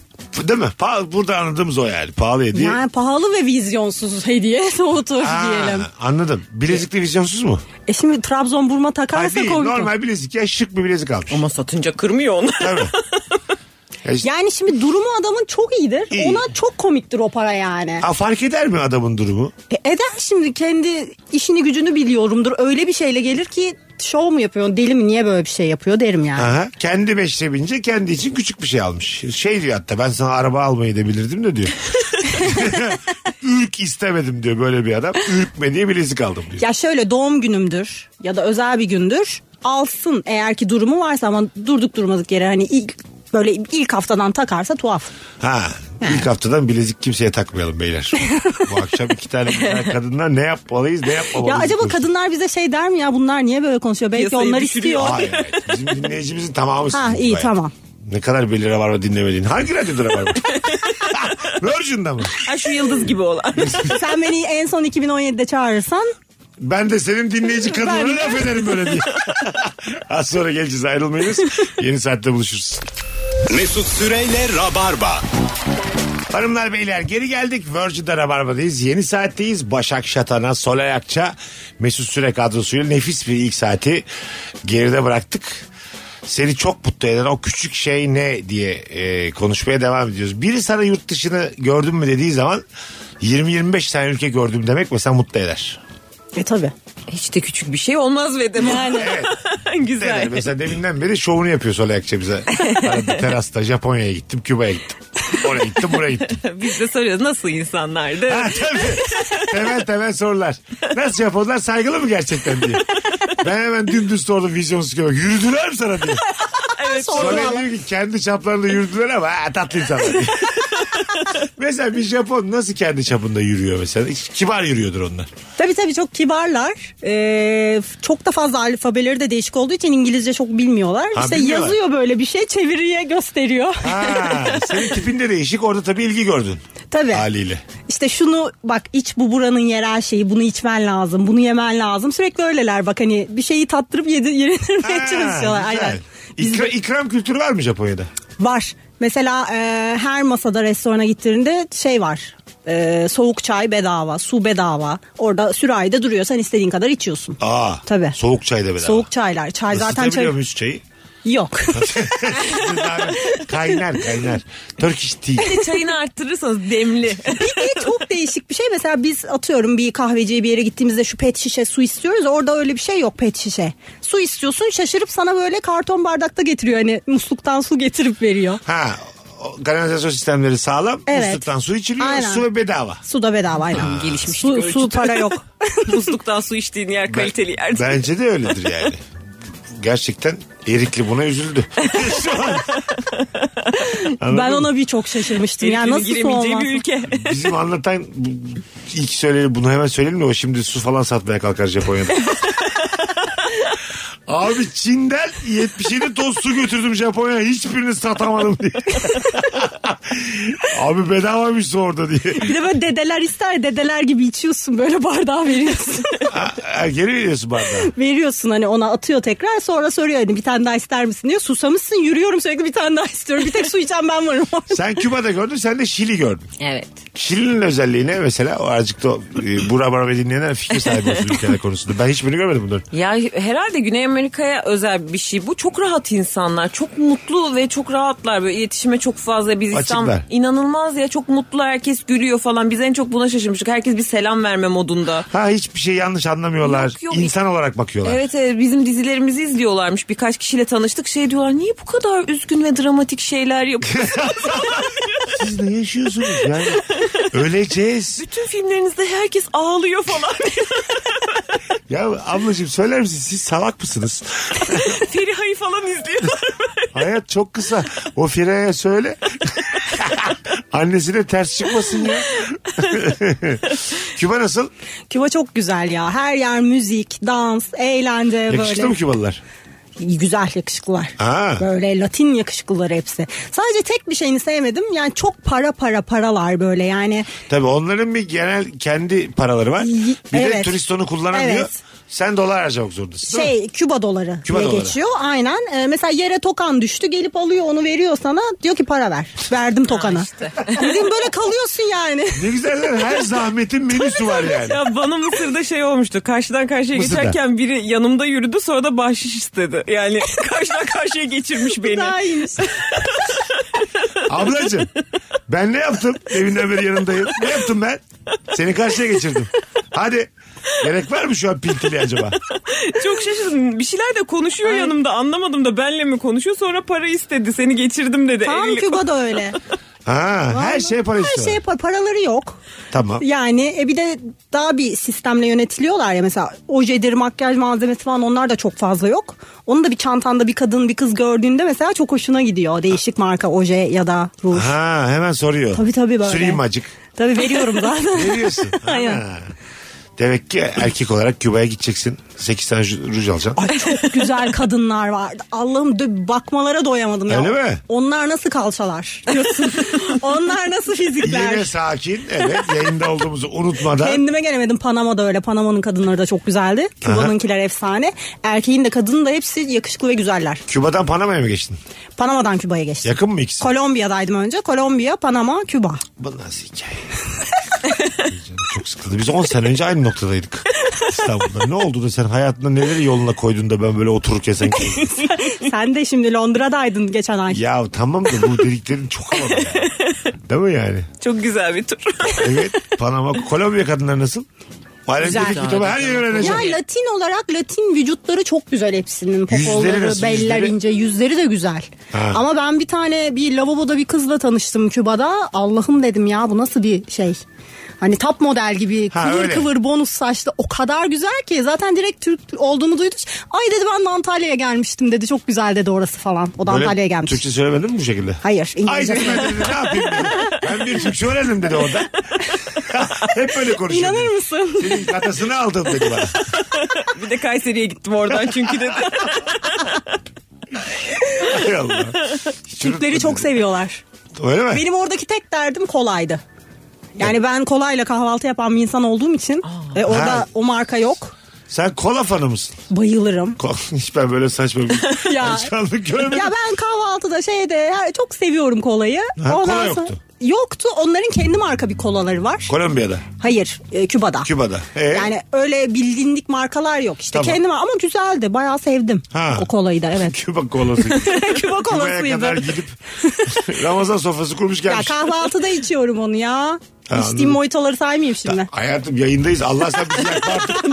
S2: Değil mi? Pahalı, burada anladığımız o yani. Pahalı hediye.
S4: Yani pahalı ve vizyonsuz hediye soğutur
S2: Ha,
S4: diyelim.
S2: anladım. Bilezikli vizyonsuz mu?
S4: E şimdi Trabzon burma
S2: Hayır
S4: takarsa
S2: değil.
S4: komik. olur.
S2: Normal bilezik ya şık bir bilezik almış.
S3: Ama satınca kırmıyor onu.
S2: Tabii. Ya işte-
S4: Yani şimdi durumu adamın çok iyidir.
S2: İyi.
S4: Ona çok komiktir o para yani.
S2: Ha, fark eder mi adamın durumu?
S4: E, eder şimdi kendi işini gücünü biliyorumdur. Öyle bir şeyle gelir ki şov mu yapıyor deli mi niye böyle bir şey yapıyor derim yani.
S2: Aha, kendi meşrebince kendi için küçük bir şey almış. Şey diyor hatta ben sana araba almayı da bilirdim de diyor. Ürk istemedim diyor böyle bir adam. Ürkme diye bilezik aldım diyor.
S4: Ya şöyle doğum günümdür ya da özel bir gündür alsın eğer ki durumu varsa ama durduk durmadık yere hani ilk böyle ilk haftadan takarsa tuhaf.
S2: Ha, ilk haftadan bilezik kimseye takmayalım beyler. Bu akşam iki tane güzel kadınlar ne yapmalıyız ne
S4: Ya
S2: yapmamalıyız.
S4: acaba
S2: konuşuyoruz.
S4: kadınlar bize şey der mi ya bunlar niye böyle konuşuyor? Belki
S3: Piyasayı
S4: onlar
S3: düşürüyor.
S4: istiyor.
S2: Hayır, hayır. Bizim dinleyicimizin tamamı
S4: Ha
S2: sizin
S4: iyi
S2: bayağı.
S4: tamam.
S2: Ne kadar belli rabarba dinlemediğin. Hangi radyoda rabarba? Virgin'da mı?
S3: Ha şu yıldız gibi olan.
S4: Sen beni en son 2017'de çağırırsan
S2: Ben de senin dinleyici kadınına
S4: Ben-
S2: laf ederim böyle diye. Az sonra geleceğiz ayrılmayınız. Yeni saatte buluşuruz.
S1: Mesut Süreyle Rabarba.
S2: Hanımlar beyler geri geldik. Virgin'de Rabarba'dayız. Yeni saatteyiz. Başak Şatan'a, Solay Akça, Mesut Süre kadrosuyla nefis bir ilk saati geride bıraktık. Seni çok mutlu eden o küçük şey ne diye e, konuşmaya devam ediyoruz. Biri sana yurt dışını gördün mü dediği zaman 20-25 tane ülke gördüm demek mesela mutlu eder.
S4: e tabi.
S3: Hiç de küçük bir şey olmaz ve demek.
S2: Evet.
S3: Güzel.
S2: Neler? Mesela deminden beri şovunu yapıyor Solay Akça bize. Arada terasta Japonya'ya gittim, Küba'ya gittim. Oraya gittim, buraya gittim.
S3: Biz de soruyoruz nasıl insanlardı?
S2: Ha, tabii. temel temel sorular. Nasıl Japonlar saygılı mı gerçekten diye. Ben hemen dümdüz sordum vizyonsuz gibi. Yürüdüler mi sana diye.
S3: evet.
S2: Solay diyor ki kendi çaplarında yürüdüler ama ha, tatlı insanlar diye. mesela bir Japon nasıl kendi çapında yürüyor mesela? Kibar yürüyordur onlar.
S4: Tabii tabii çok kibarlar. Ee, çok da fazla alfabeleri de değişik olduğu için İngilizce çok bilmiyorlar.
S2: Ha,
S4: işte
S2: bilmiyorlar.
S4: yazıyor böyle bir şey çeviriye gösteriyor.
S2: Ha, senin tipin de değişik. Orada tabii ilgi gördün.
S4: Tabii.
S2: Haliyle.
S4: İşte şunu bak iç bu buranın yerel şeyi bunu içmen lazım bunu yemen lazım. Sürekli öyleler bak hani bir şeyi tattırıp yedi, yedirmeye
S2: Ha,
S4: çalışıyorlar.
S2: güzel.
S4: Aynen. Biz
S2: İkra,
S4: de-
S2: ikram kültürü var mı Japonya'da?
S4: Var. Mesela e, her masada restorana gittiğinde şey var. E, soğuk çay bedava, su bedava. Orada sürahide duruyor. Sen istediğin kadar içiyorsun.
S2: Aa.
S4: Tabii.
S2: Soğuk çay da bedava.
S4: Soğuk çaylar. Çay zaten çay.
S2: Isıtabiliyor muyuz çayı?
S4: Yok.
S2: kaynar kaynar. Turkish tea.
S3: Çayını arttırırsanız demli.
S4: bir de çok değişik bir şey. Mesela biz atıyorum bir kahveciye bir yere gittiğimizde şu pet şişe su istiyoruz. Orada öyle bir şey yok pet şişe. Su istiyorsun şaşırıp sana böyle karton bardakta getiriyor. Hani musluktan su getirip veriyor.
S2: Ha o kanalizasyon sistemleri sağlam.
S4: Evet.
S2: Musluktan su içiliyor.
S4: Aynen.
S2: Su ve bedava.
S4: Su da bedava aynen.
S3: gelişmişlik
S4: Su,
S3: ölçütü.
S4: su para yok.
S3: Musluktan su içtiğin yer kaliteli yer.
S2: Bence de öyledir yani. Gerçekten Erikli buna üzüldü. Şu an. Anladın
S4: ben
S2: mı?
S4: ona bir çok şaşırmıştım. ya
S3: Herifin
S4: nasıl su
S3: giremeyeceği
S4: olmaz?
S3: bir ülke.
S2: Bizim anlatan bu- ilk söyleyelim bunu hemen söyleyelim de o şimdi su falan satmaya kalkar Japonya'da. Abi Çin'den 77 ton su götürdüm Japonya'ya hiçbirini satamadım diye. Abi bedavaymış su orada diye.
S4: Bir de böyle dedeler ister ya, dedeler gibi içiyorsun böyle bardağa veriyorsun.
S2: Ha, ha, geri veriyorsun bardağı.
S4: veriyorsun hani ona atıyor tekrar sonra soruyor hani bir tane daha ister misin diyor. Susamışsın yürüyorum sürekli bir tane daha istiyorum. Bir tek su içen ben varım.
S2: Sen Küba'da gördün sen de Şili gördün.
S3: Evet.
S2: Şili'nin özelliği ne mesela? O azıcık da e, bu rabarbe dinleyenler fikir sahibi olsun ülkeler konusunda. Ben hiçbirini görmedim bunların.
S3: Ya herhalde Güney Amerika'ya özel bir şey bu. Çok rahat insanlar. Çok mutlu ve çok rahatlar. Böyle iletişime çok fazla. Biz
S2: Açıklar.
S3: İstanbul inanılmaz ya. Çok mutlu. Herkes gülüyor falan. Biz en çok buna şaşırmıştık. Herkes bir selam verme modunda.
S2: Ha hiçbir şey yanlış anlamıyorlar.
S3: Yok, yok.
S2: İnsan olarak bakıyorlar.
S3: Evet evet bizim dizilerimizi izliyorlarmış. Birkaç kişiyle tanıştık. Şey diyorlar niye bu kadar üzgün ve dramatik şeyler yapıyorsunuz?
S2: Siz ne yaşıyorsunuz yani? Öleceğiz.
S3: Bütün filmlerinizde herkes ağlıyor falan.
S2: Ya ablacığım söyler misin siz salak mısınız?
S3: Feriha'yı falan izliyorlar.
S2: Hayat çok kısa. O Firaya söyle. Annesine ters çıkmasın ya. Küba nasıl?
S4: Küba çok güzel ya. Her yer müzik, dans, eğlence
S2: Yakışıklı
S4: E böyle.
S2: mı Kübalılar?
S4: Güzel yakışıklılar.
S2: Aa.
S4: Böyle Latin yakışıklıları hepsi. Sadece tek bir şeyini sevmedim. Yani çok para para paralar böyle yani.
S2: Tabii onların bir genel kendi paraları var. Bir de
S4: Evet.
S2: turist onu kullanamıyor.
S4: Evet.
S2: Sen dolar harcamak zorundasın. değil mi?
S4: şey Küba doları
S2: Küba
S4: diye
S2: doları.
S4: geçiyor. Aynen. Ee, mesela yere tokan düştü. Gelip alıyor onu veriyor sana. Diyor ki para ver. Verdim tokanı.
S3: işte.
S4: Bizim böyle kalıyorsun yani.
S2: Ne güzel lan, her zahmetin menüsü var yani.
S3: Ya bana Mısır'da şey olmuştu. Karşıdan karşıya
S2: Mısır'da.
S3: geçerken biri yanımda yürüdü sonra da bahşiş istedi. Yani karşıdan karşıya geçirmiş beni.
S4: Daha iyiymiş.
S2: Ablacığım ben ne yaptım? Evinden beri yanındayım. Ne yaptım ben? Seni karşıya geçirdim. Hadi. Gerek var mı şu an pintili acaba?
S3: Çok şaşırdım. Bir şeyler de konuşuyor yanımda. Anlamadım da benle mi konuşuyor? Sonra para istedi. Seni geçirdim dedi.
S4: Tam
S3: Elli-
S4: Küba da öyle.
S2: Ha, her şeye para
S4: Her şey şeye
S2: istiyorlar.
S4: par- paraları yok.
S2: Tamam.
S4: Yani e bir de daha bir sistemle yönetiliyorlar ya mesela ojedir, makyaj malzemesi falan onlar da çok fazla yok. Onu da bir çantanda bir kadın bir kız gördüğünde mesela çok hoşuna gidiyor. Değişik marka oje ya da ruj.
S2: Ha, hemen soruyor.
S4: Tabii tabii böyle.
S2: Süreyim mi acık.
S4: Tabii veriyorum zaten.
S2: Veriyorsun.
S4: Aynen.
S2: Ha. Demek ki erkek olarak Küba'ya gideceksin. 8 tane ju- ruj alacaksın.
S4: Ay çok güzel kadınlar vardı. Allah'ım dö- bakmalara doyamadım ya.
S2: Öyle mi?
S4: Onlar nasıl kalçalar diyorsun. Onlar nasıl
S2: Yine
S4: fizikler.
S2: sakin. Evet yayında olduğumuzu unutmadan.
S4: Kendime gelemedim. Panama da öyle. Panama'nın kadınları da çok güzeldi. Küba'nınkiler efsane. Erkeğin de kadının da hepsi yakışıklı ve güzeller.
S2: Küba'dan Panama'ya mı geçtin?
S4: Panama'dan Küba'ya geçtim.
S2: Yakın mı ikisi?
S4: Kolombiya'daydım önce. Kolombiya, Panama, Küba.
S2: Bu nasıl hikaye? Canım Çok sıkıldı. Biz 10 sene önce aynı noktadaydık. İstanbul'da. Ne oldu da sen hayatında neleri yoluna koydun da ben böyle otururken sen
S4: Sen de şimdi Londra'daydın geçen ay.
S2: Ya tamam da bu dediklerin çok havalı ya. Değil mi yani?
S3: Çok güzel bir tur.
S2: Evet. Panama, Kolombiya kadınları nasıl? Alem
S4: Güzel.
S2: dedik bir tabi her yeri
S4: Ya
S2: öğreneceğim.
S4: Latin olarak Latin vücutları çok güzel hepsinin.
S2: Yüzleri
S4: Popoları,
S2: nasıl,
S4: beller
S2: yüzleri?
S4: ince, yüzleri de güzel.
S2: Ha.
S4: Ama ben bir tane bir lavaboda bir kızla tanıştım Küba'da. Allah'ım dedim ya bu nasıl bir şey. Hani top model gibi
S2: Ha,
S4: kıvır
S2: öyle.
S4: kıvır bonus saçlı o kadar güzel ki zaten direkt Türk olduğumu duydu. Ay dedi ben de Antalya'ya gelmiştim dedi çok güzel dedi orası falan. O da
S2: Böyle
S4: Antalya'ya gelmiş.
S2: Türkçe söylemedin mi bu şekilde?
S4: Hayır
S2: Ay
S4: İngilizce.
S2: dedim ben dedi, ne yapayım dedi. Ben bir Türkçe öğrendim dedi orada. Hep böyle konuşuyor.
S4: İnanır
S2: dedi.
S4: mısın?
S2: Senin katasını aldım dedi bana.
S3: Bir de Kayseri'ye gittim oradan çünkü dedi.
S2: Hay Allah. Hiç
S4: Türkleri
S2: unutmadım
S4: çok
S2: dedi.
S4: seviyorlar.
S2: Öyle mi?
S4: Benim oradaki tek derdim kolaydı. Yani ben kolayla kahvaltı yapan bir insan olduğum için ve orada
S2: Ha.
S4: o marka yok.
S2: Sen kola fanı mısın?
S4: Bayılırım.
S2: Ko- Hiç ben böyle saçma bir
S4: Ya.
S2: alışkanlık görmedim.
S4: ya ben kahvaltıda şeyde ya çok seviyorum kolayı.
S2: Ha, kola yoktu.
S4: Yoktu. Onların kendi marka bir kolaları var.
S2: Kolombiya'da,
S4: Hayır, e, Küba'da.
S2: Küba'da. Ee?
S4: Yani öyle bilindik markalar yok işte.
S2: Tamam.
S4: Kendime ama güzeldi. Bayağı sevdim
S2: Ha.
S4: o kolayı da evet.
S2: Küba kolası.
S4: Küba
S2: Küba'ya kadar
S4: kolasıydı.
S2: gidip Ramazan sofrası kurmuş
S4: Ya
S2: gelmiş.
S4: kahvaltıda içiyorum onu ya.
S2: anladım.
S4: İçtiğim moitaları saymayayım şimdi.
S2: Hayatım yayındayız. Allah sen bizi yakma artık.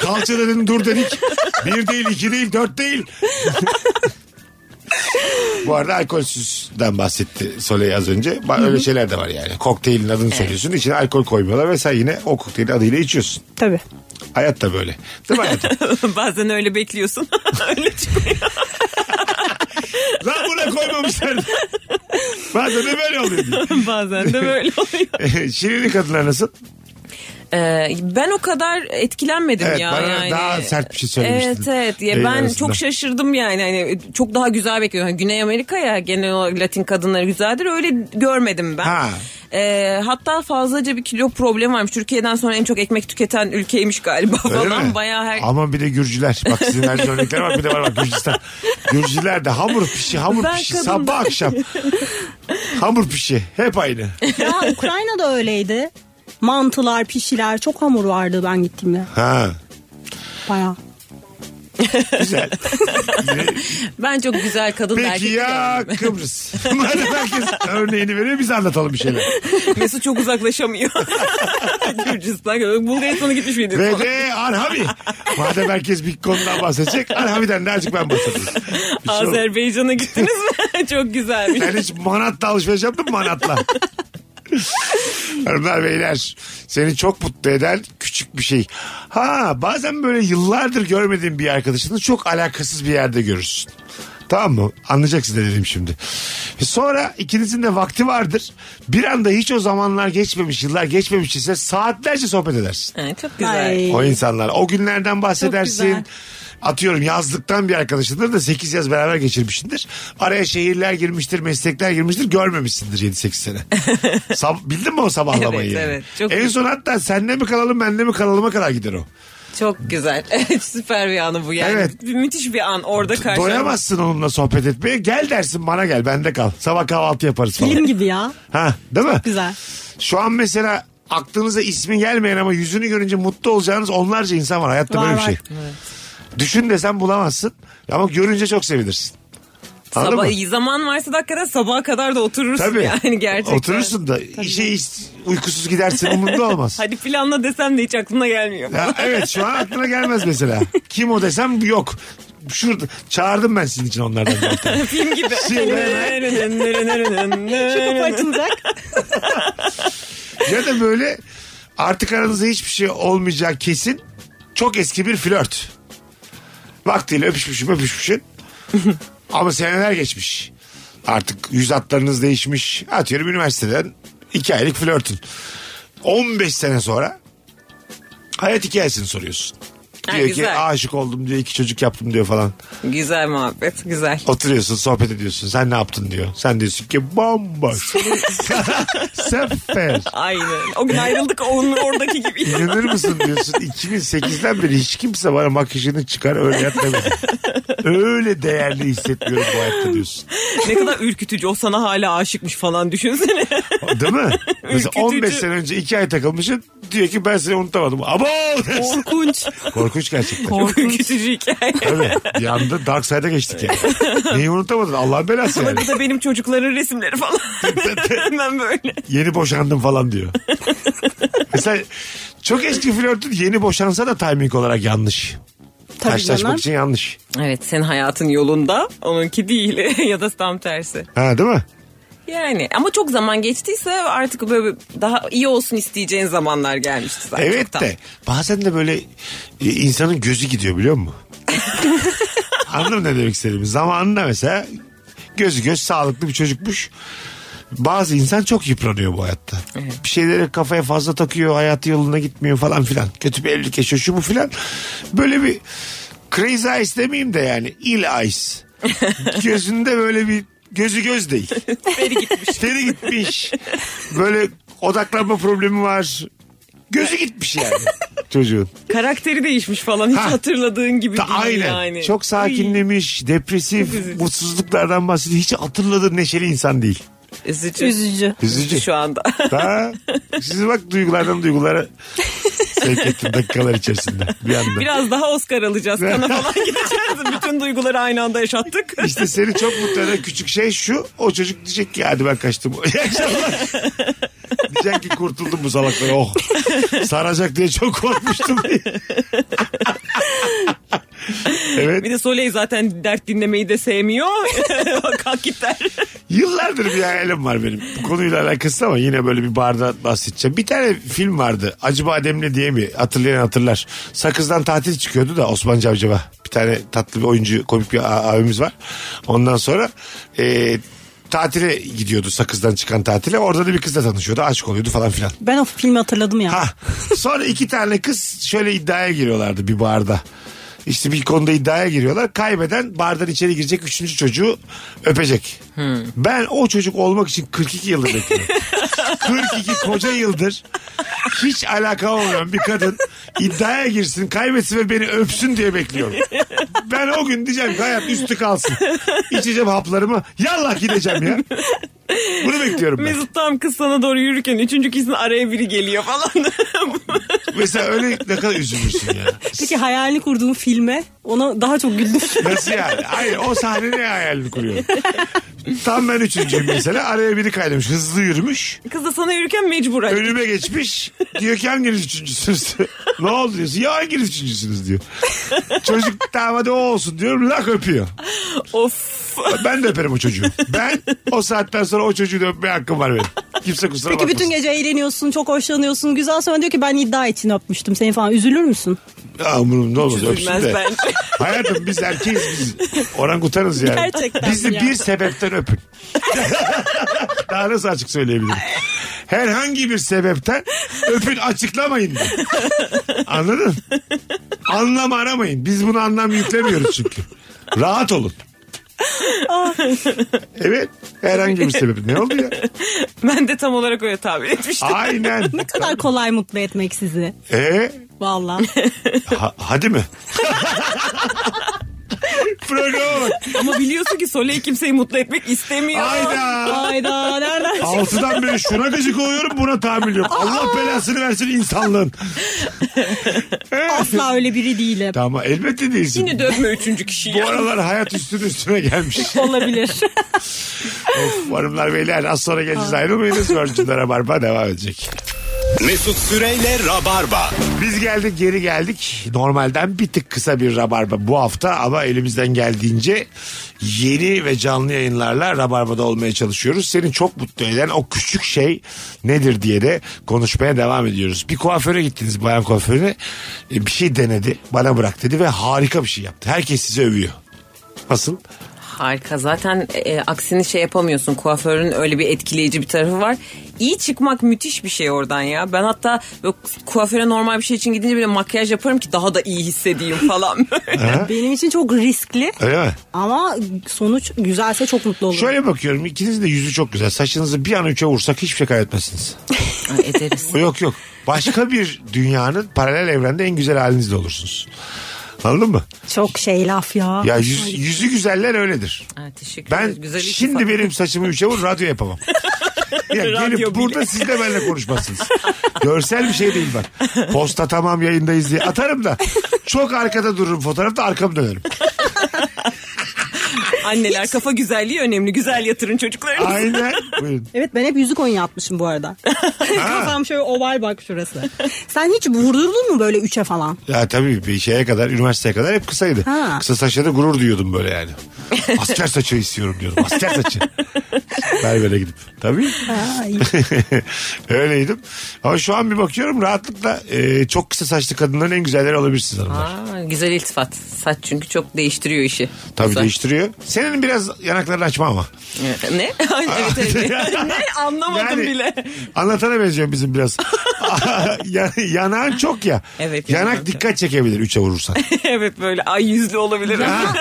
S2: Kalça dedin dur dedik. Bir değil, iki değil, dört değil. Bu arada alkolsüzden bahsetti Soley az önce. Ba- Öyle şeyler de var yani. Kokteylin adını söylüyorsun. içine alkol koymuyorlar ve sen yine o kokteylin adıyla içiyorsun.
S4: Tabii.
S2: Hayat da böyle. Değil mi hayatım?
S3: Bazen öyle bekliyorsun. öyle çıkıyor.
S2: Lan buna koymamışlar. Bazen de böyle oluyor. diye.
S3: Bazen de böyle oluyor.
S2: Şirinli kadınlar nasıl?
S3: Ee, ben o kadar etkilenmedim
S2: Evet,
S3: ya.
S2: bana
S3: yani.
S2: daha sert bir şey Ee, söylemiştin.
S3: Evet evet. Ya
S2: Yayın
S3: ben
S2: arasında.
S3: çok şaşırdım yani. Hani çok daha güzel bekliyordum. Hani Güney Amerika ya genel olarak Latin kadınları güzeldir. Öyle görmedim ben.
S2: Ha.
S3: Ee, hatta fazlaca bir kilo problemi varmış. Türkiye'den sonra en çok ekmek tüketen ülkeymiş galiba
S2: Öyle
S3: falan.
S2: mi?
S3: Bayağı her...
S2: Ama bir de Gürcüler. Bak sizin verdiğiniz örnekler var bir de var bak Gürcistan. Gürcüler de hamur pişi hamur
S3: Ben
S2: pişi
S3: kadın-
S2: sabah akşam. hamur pişi hep aynı.
S4: Ya Ukrayna'da öyleydi. Mantılar, pişiler çok hamur vardı ben gittiğimde.
S2: Ha
S4: Bayağı.
S2: güzel.
S3: Ben çok güzel kadın
S2: Peki
S3: erkek
S2: ya
S3: görmedim.
S2: Kıbrıs. Madem herkes örneğini veriyor biz anlatalım bir şeyler.
S3: Mesut çok uzaklaşamıyor. Gürcistan. Bulgaristan'a gitmiş miydin?
S2: Ve de Arhavi. Madem herkes bir konudan bahsedecek Arhavi'den de azıcık ben bahsedeyim. Bir şey olmaz.
S3: Azerbaycan'a gittiniz mi? çok güzelmiş.
S2: Sen hiç manatla alışveriş yaptın mı manatla? Hanımlar beyler seni çok mutlu eden küçük bir şey. Ha bazen böyle yıllardır görmediğin bir arkadaşını çok alakasız bir yerde görürsün. Tamam mı? Anlayacaksın ne dedim şimdi. E, Sonra ikinizin de vakti vardır. Bir anda hiç o zamanlar geçmemiş, yıllar geçmemiş ise saatlerce sohbet edersin.
S3: Ha, çok güzel.
S4: Ay.
S2: O insanlar. O günlerden bahsedersin.
S4: güzel.
S2: Atıyorum yazlıktan bir arkadaşındır da 8 yaz beraber geçirmişsindir. Araya şehirler girmiştir, meslekler girmiştir. Görmemişsindir 7-8 sene. Sab- Bildin mi o sabahlamayı?
S3: Evet,
S2: yani?
S3: evet. Çok
S2: en
S3: güzel.
S2: son hatta senle mi kalalım, benle mi kalalıma kadar gider o.
S3: Çok güzel. Evet, Süper bir anı bu yani.
S2: Evet.
S3: Bir- Müthiş bir an orada karşı.
S2: Doyamazsın onunla sohbet etmeye. Gel dersin bana gel bende kal. Sabah kahvaltı yaparız
S4: Film
S2: falan.
S4: gibi ya.
S2: ha, değil mi?
S4: Güzel.
S2: Şu an mesela aklınıza ismi gelmeyen ama yüzünü görünce mutlu olacağınız onlarca insan var. Hayatta
S4: Var,
S2: böyle bir
S4: var.
S2: şey. Düşün desen bulamazsın ama görünce çok sevinirsin. Anladın mı?
S3: Sabah, zaman varsa da hakikaten sabaha kadar da oturursun
S2: Tabii.
S3: yani gerçekten.
S2: Oturursun da işe hiç uykusuz gidersin umurunda olmaz.
S3: Hadi planla desem de hiç aklına gelmiyor.
S2: Ya evet şu an aklına gelmez mesela. Kim o desem yok. Şurada çağırdım ben sizin için onlardan. zaten.
S3: Film gibi.
S2: Şimdi Ee.
S4: Şu kapı açılacak.
S2: ya da böyle artık aranızda hiçbir şey olmayacak kesin çok eski bir flört. Vaktiyle öpüşmüşüm öpüşmüşün. Ama seneler geçmiş. Artık yüz hatlarınız değişmiş. Atıyorum üniversiteden iki aylık flörtün. 15 sene sonra hayat hikayesini soruyorsun.
S3: Ha,
S2: diyor ki
S3: güzel.
S2: aşık oldum diyor iki çocuk yaptım diyor falan.
S3: güzel muhabbet güzel.
S2: Oturuyorsun sohbet ediyorsun sen ne yaptın diyor. Sen diyorsun ki bambaşka. Sefer.
S3: Aynen. O gün ayrıldık onun oradaki gibi.
S2: İnanır mısın diyorsun 2008'den beri hiç kimse bana makyajını çıkar öyle yap demedi. Öyle değerli hissetmiyorum bu hayatta diyorsun.
S3: ne kadar ürkütücü o sana hala aşıkmış falan düşünsene.
S2: Değil mi? Mesela
S3: Ürkütücü.
S2: 15 sene önce 2 ay takılmışsın diyor ki ben seni unutamadım. Abo! dersin.
S4: Korkunç.
S2: Korkunç gerçekten.
S3: Çok ürkütücü hikaye.
S2: Tabii. Bir anda dark side'a geçtik yani. Neyi unutamadın? Allah belası yani.
S3: Bu da benim çocukların resimleri falan. Hemen böyle.
S2: Yeni boşandım falan diyor. Mesela çok eski flörtün yeni boşansa da timing olarak yanlış.
S4: Tabii canım.
S2: Karşılaşmak için yanlış.
S3: Evet senin hayatın yolunda onunki değil ya da tam tersi.
S2: Ha değil mi?
S3: Yani ama çok zaman geçtiyse artık böyle daha iyi olsun isteyeceğin zamanlar gelmişti zaten.
S2: Evet
S3: çoktan.
S2: de bazen de böyle e, insanın gözü gidiyor biliyor musun? Anladın mı ne demek istediğimi? Zamanında mesela gözü göz sağlıklı bir çocukmuş. Bazı insan çok yıpranıyor bu hayatta. Bir şeyleri kafaya fazla takıyor, hayatı yoluna gitmiyor falan filan. Kötü bir evlilik yaşıyor şu bu filan. Böyle bir crazy eyes demeyeyim de yani ill eyes. Gözünde böyle bir gözü göz değil.
S3: Beri gitmiş.
S2: Teri gitmiş. Böyle odaklanma problemi var. Gözü gitmiş yani çocuğun.
S3: Karakteri değişmiş falan hiç
S2: Ha.
S3: hatırladığın gibi
S2: Ta,
S3: değil
S2: aynen.
S3: yani.
S2: Çok sakinlemiş, depresif,
S3: üzücü.
S2: mutsuzluklardan bahsediyor. Hiç hatırladığı neşeli insan değil.
S3: Ay, üzücü.
S4: Üzücü.
S2: Üzücü.
S3: Şu anda.
S2: Ha? Siz bak duygulardan duygulara sevk ettim dakikalar içerisinde bir anda.
S3: Biraz daha Oscar alacağız. Kana falan gideceğiz. Bütün duyguları aynı anda yaşattık.
S2: İşte seni çok mutlu eden küçük şey şu. O çocuk diyecek ki hadi ben kaçtım. İyi akşamlar. diyecek ki kurtuldum bu salaklara. Oh. Saracak diye çok korkmuştum diye. evet.
S3: Bir de Soley zaten dert dinlemeyi de sevmiyor. Kalk git der.
S2: Yıllardır bir hayalim var benim. Bu konuyla alakası ama yine böyle bir barda bahsedeceğim. Bir tane film vardı. Acı Bademli diye mi? Hatırlayan hatırlar. Sakız'dan tatil çıkıyordu da Osman Cavcava. Bir tane tatlı bir oyuncu komik bir a- abimiz var. Ondan sonra e, tatile gidiyordu Sakız'dan çıkan tatile. Orada da bir kızla tanışıyordu. Aşık oluyordu falan filan.
S4: Ben o filmi hatırladım ya.
S2: Ha. Sonra iki tane kız şöyle iddiaya giriyorlardı bir barda. İşte bir konuda iddiaya giriyorlar. Kaybeden bardan içeri girecek üçüncü çocuğu öpecek. Ben o çocuk olmak için 42 yıldır bekliyorum. 42 koca yıldır hiç alaka olmayan bir kadın iddiaya girsin, kaybetsin ve beni öpsün diye bekliyorum. Ben o gün diyeceğim ki hayat üstü kalsın. İçeceğim haplarımı. Yallah gideceğim ya. Bunu bekliyorum ben.
S3: Mesut tam kız sana doğru yürürken üçüncü kişinin araya biri geliyor falan.
S2: Mesela öyle ne kadar üzülürsün ya.
S4: Peki hayalini kurduğun filme ona daha çok güldüm.
S2: Nasıl yani? Hayır o sahne ne hayalini kuruyor? Tam ben üçüncüyüm mesela. Araya biri kaynamış. Hızlı yürümüş.
S3: kız da sana yürürken mecbur. Hani
S2: Önüme geçmiş. Diyor ki hanginiz üçüncüsünüz? ne oldu diyorsun? Ya hanginiz üçüncüsünüz diyor. Çocuk damadı o olsun diyorum. Lak öpüyor.
S3: of.
S2: Ben de öperim o çocuğu. Ben o saatten sonra o çocuğu da öpmeye hakkım var benim. Kimse kusura
S4: Peki
S2: bakmasın.
S4: bütün gece eğleniyorsun, çok hoşlanıyorsun. Güzel sonra diyor ki ben iddia için öpmüştüm seni falan. Üzülür müsün?
S2: Aa, umurum ne olur öpsün
S3: Üzülmez
S2: de.
S3: bence.
S2: Hayatım biz erkeğiz biz. Orangutanız yani.
S4: Gerçekten
S2: Bizi
S4: ya.
S2: bir sebepten öpün. Daha nasıl açık söyleyebilirim? Herhangi bir sebepten öpün açıklamayın. de. Anladın? Anlam aramayın. Biz bunu anlam yüklemiyoruz çünkü. Rahat olun. evet. Herhangi bir sebep. Ne oldu ya?
S3: Ben de tam olarak öyle tabir etmiştim.
S2: Aynen.
S4: Ne kadar kolay mutlu etmek sizi.
S2: Ee,
S4: Vallahi.
S2: ha- hadi mi? Programa bak.
S3: Ama biliyorsun ki Soleil kimseyi mutlu etmek istemiyor.
S2: Hayda.
S4: Hayda nereden?
S2: Altıdan beri şuna gıcık oluyorum buna tahammül yok. Allah belasını versin insanlığın.
S4: Asla öyle biri değilim.
S2: Tamam elbette değilsin.
S3: Yine dövme üçüncü kişiyi.
S2: Bu aralar hayat üstüne üstüne gelmiş.
S4: Olabilir.
S2: of, hanımlar beyler az sonra geleceğiz ayrılmayınız. Virgin'de Rabarba devam edecek.
S1: Mesut Süreyle Rabarba.
S2: Biz geldik geri geldik. Normalden bir tık kısa bir Rabarba bu hafta ama elimizden geldiğince yeni ve canlı yayınlarla Rabarba'da olmaya çalışıyoruz. Senin çok mutlu eden o küçük şey nedir diye de konuşmaya devam ediyoruz. Bir kuaföre gittiniz bayan kuaförüne E, bir şey denedi bana bırak dedi ve harika bir şey yaptı. Herkes sizi övüyor. Nasıl?
S3: Harika zaten e, aksini şey yapamıyorsun kuaförün öyle bir etkileyici bir tarafı var. İyi çıkmak müthiş bir şey oradan ya. Ben hatta böyle kuaföre normal bir şey için gidince bile makyaj yaparım ki daha da iyi hissedeyim falan.
S4: Benim için çok riskli
S2: Öyle mi?
S4: ama sonuç güzelse çok mutlu olurum.
S2: Şöyle bakıyorum ikinizin de yüzü çok güzel. Saçınızı bir an üçe vursak hiçbir şey kaybetmezsiniz.
S3: Ay, ederiz.
S2: Yok yok. Başka bir dünyanın paralel evrende en güzel halinizde olursunuz. Anladın mı?
S4: Çok şey laf ya.
S2: Ya yüz- yüzü güzeller öyledir.
S3: Ha, teşekkür
S2: Ben
S3: ederiz. Güzel
S2: şimdi
S3: iltifat.
S2: benim saçımı üçe vur radyo yapamam. Ya
S3: Radyo
S2: gelip
S3: bile.
S2: burada siz de benimle konuşmazsınız. Görsel bir şey değil bak. Posta tamam yayındayız diye atarım da çok arkada dururum fotoğrafta arkamı dönerim.
S3: Anneler kafa güzelliği önemli. Güzel yatırın çocuklarınızı.
S2: Aynen. Buyurun.
S4: Evet ben hep yüzük oyunu atmışım bu arada. Kafam şöyle oval bak şurası. Sen hiç vurdurdun mu böyle üçe falan?
S2: Ya tabii bir şeye kadar, üniversiteye kadar hep kısaydı.
S4: Ha.
S2: Kısa saçla da gurur duyuyordum böyle yani. Asker saçı istiyorum diyordum. Asker saçı. Berbere gidip. Tabii.
S4: Ay.
S2: Öyleydim. Ama şu an bir bakıyorum rahatlıkla e, çok kısa saçlı kadınların en güzelleri olabilirsiniz hanımlar.
S3: Aa, güzel iltifat. Saç çünkü çok değiştiriyor işi.
S2: Tabii
S3: Güzel.
S2: değiştiriyor. Senin biraz yanaklarını açma ama.
S3: Ne? Ay, evet, evet. ne? Anlamadım
S2: Yani
S3: bile.
S2: Anlatana benziyor bizim biraz. Ya- Yanağın çok ya.
S3: Evet,
S2: Yanak
S3: yanağım çok.
S2: dikkat çekebilir üçe vurursan.
S3: evet böyle ay yüzlü olabilirim.
S2: Ha.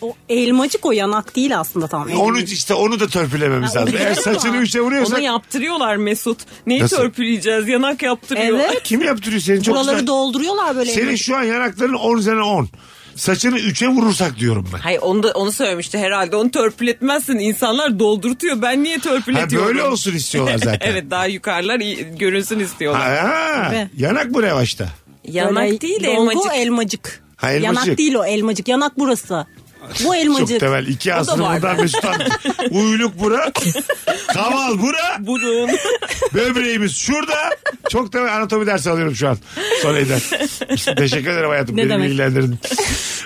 S4: o elmacık o yanak değil aslında tam.
S2: onu işte onu da törpülememiz
S4: Ha,
S2: lazım. Eğer
S4: olabilir ama
S2: saçını üçe
S3: Ona
S2: vuruyorsak
S3: yaptırıyorlar Mesut. Neyi
S2: Nasıl?
S3: törpüleyeceğiz? Yanak yaptırıyorlar.
S4: Evet.
S2: kim yaptırıyor senin çok
S4: Buraları
S2: güzel.
S4: dolduruyorlar böyle.
S2: Senin
S4: elmacık.
S2: şu an yanakların 10 üzerine 10. Saçını 3'e vurursak diyorum ben.
S3: Hayır onu, da, onu söylemişti herhalde. Onu törpületmezsin. İnsanlar doldurtuyor. Ben niye
S2: Ha,
S3: törpületiyorum?
S2: böyle olsun istiyorlar zaten.
S3: evet daha yukarılar iyi- görünsün istiyorlar.
S2: Ha,
S4: Tabii.
S2: yanak bu ne başta?
S4: Böyle
S3: Yanak değil
S4: dolgu
S3: elmacık.
S4: elmacık.
S2: Ha, elmacık.
S4: Yanak değil o elmacık. Yanak burası. Bu elmacık.
S2: Çok temel. İki
S4: O da
S2: aslında
S4: var.
S2: buradan Mesut abi. Uyluk bura. Kaval bura.
S3: Burun.
S2: Böbreğimiz şurada. Çok temel anatomi dersi alıyorum şu an. Sonrayden. Teşekkür ederim hayatım.
S4: Ne
S2: Beni
S4: demek.
S2: bilgilendirdin.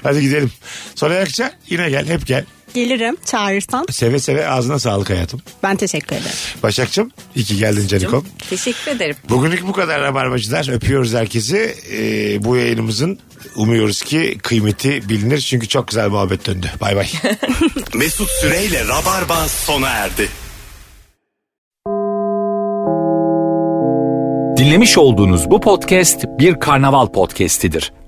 S2: Hadi gidelim. Sonra Akça yine gel. Hep gel.
S4: Gelirim çağırırsan.
S2: Seve seve ağzına sağlık hayatım.
S4: Ben teşekkür ederim.
S2: Başakçım iyi ki geldin Canikom.
S3: Teşekkür ederim.
S2: Bugünlük bu kadar Rabarbacılar. Öpüyoruz herkesi. Ee, bu yayınımızın umuyoruz ki kıymeti bilinir. Çünkü çok güzel muhabbet döndü. Bay bay.
S1: Mesut Süreyle Rabarba sona erdi.
S5: Dinlemiş olduğunuz bu podcast bir karnaval podcastidir.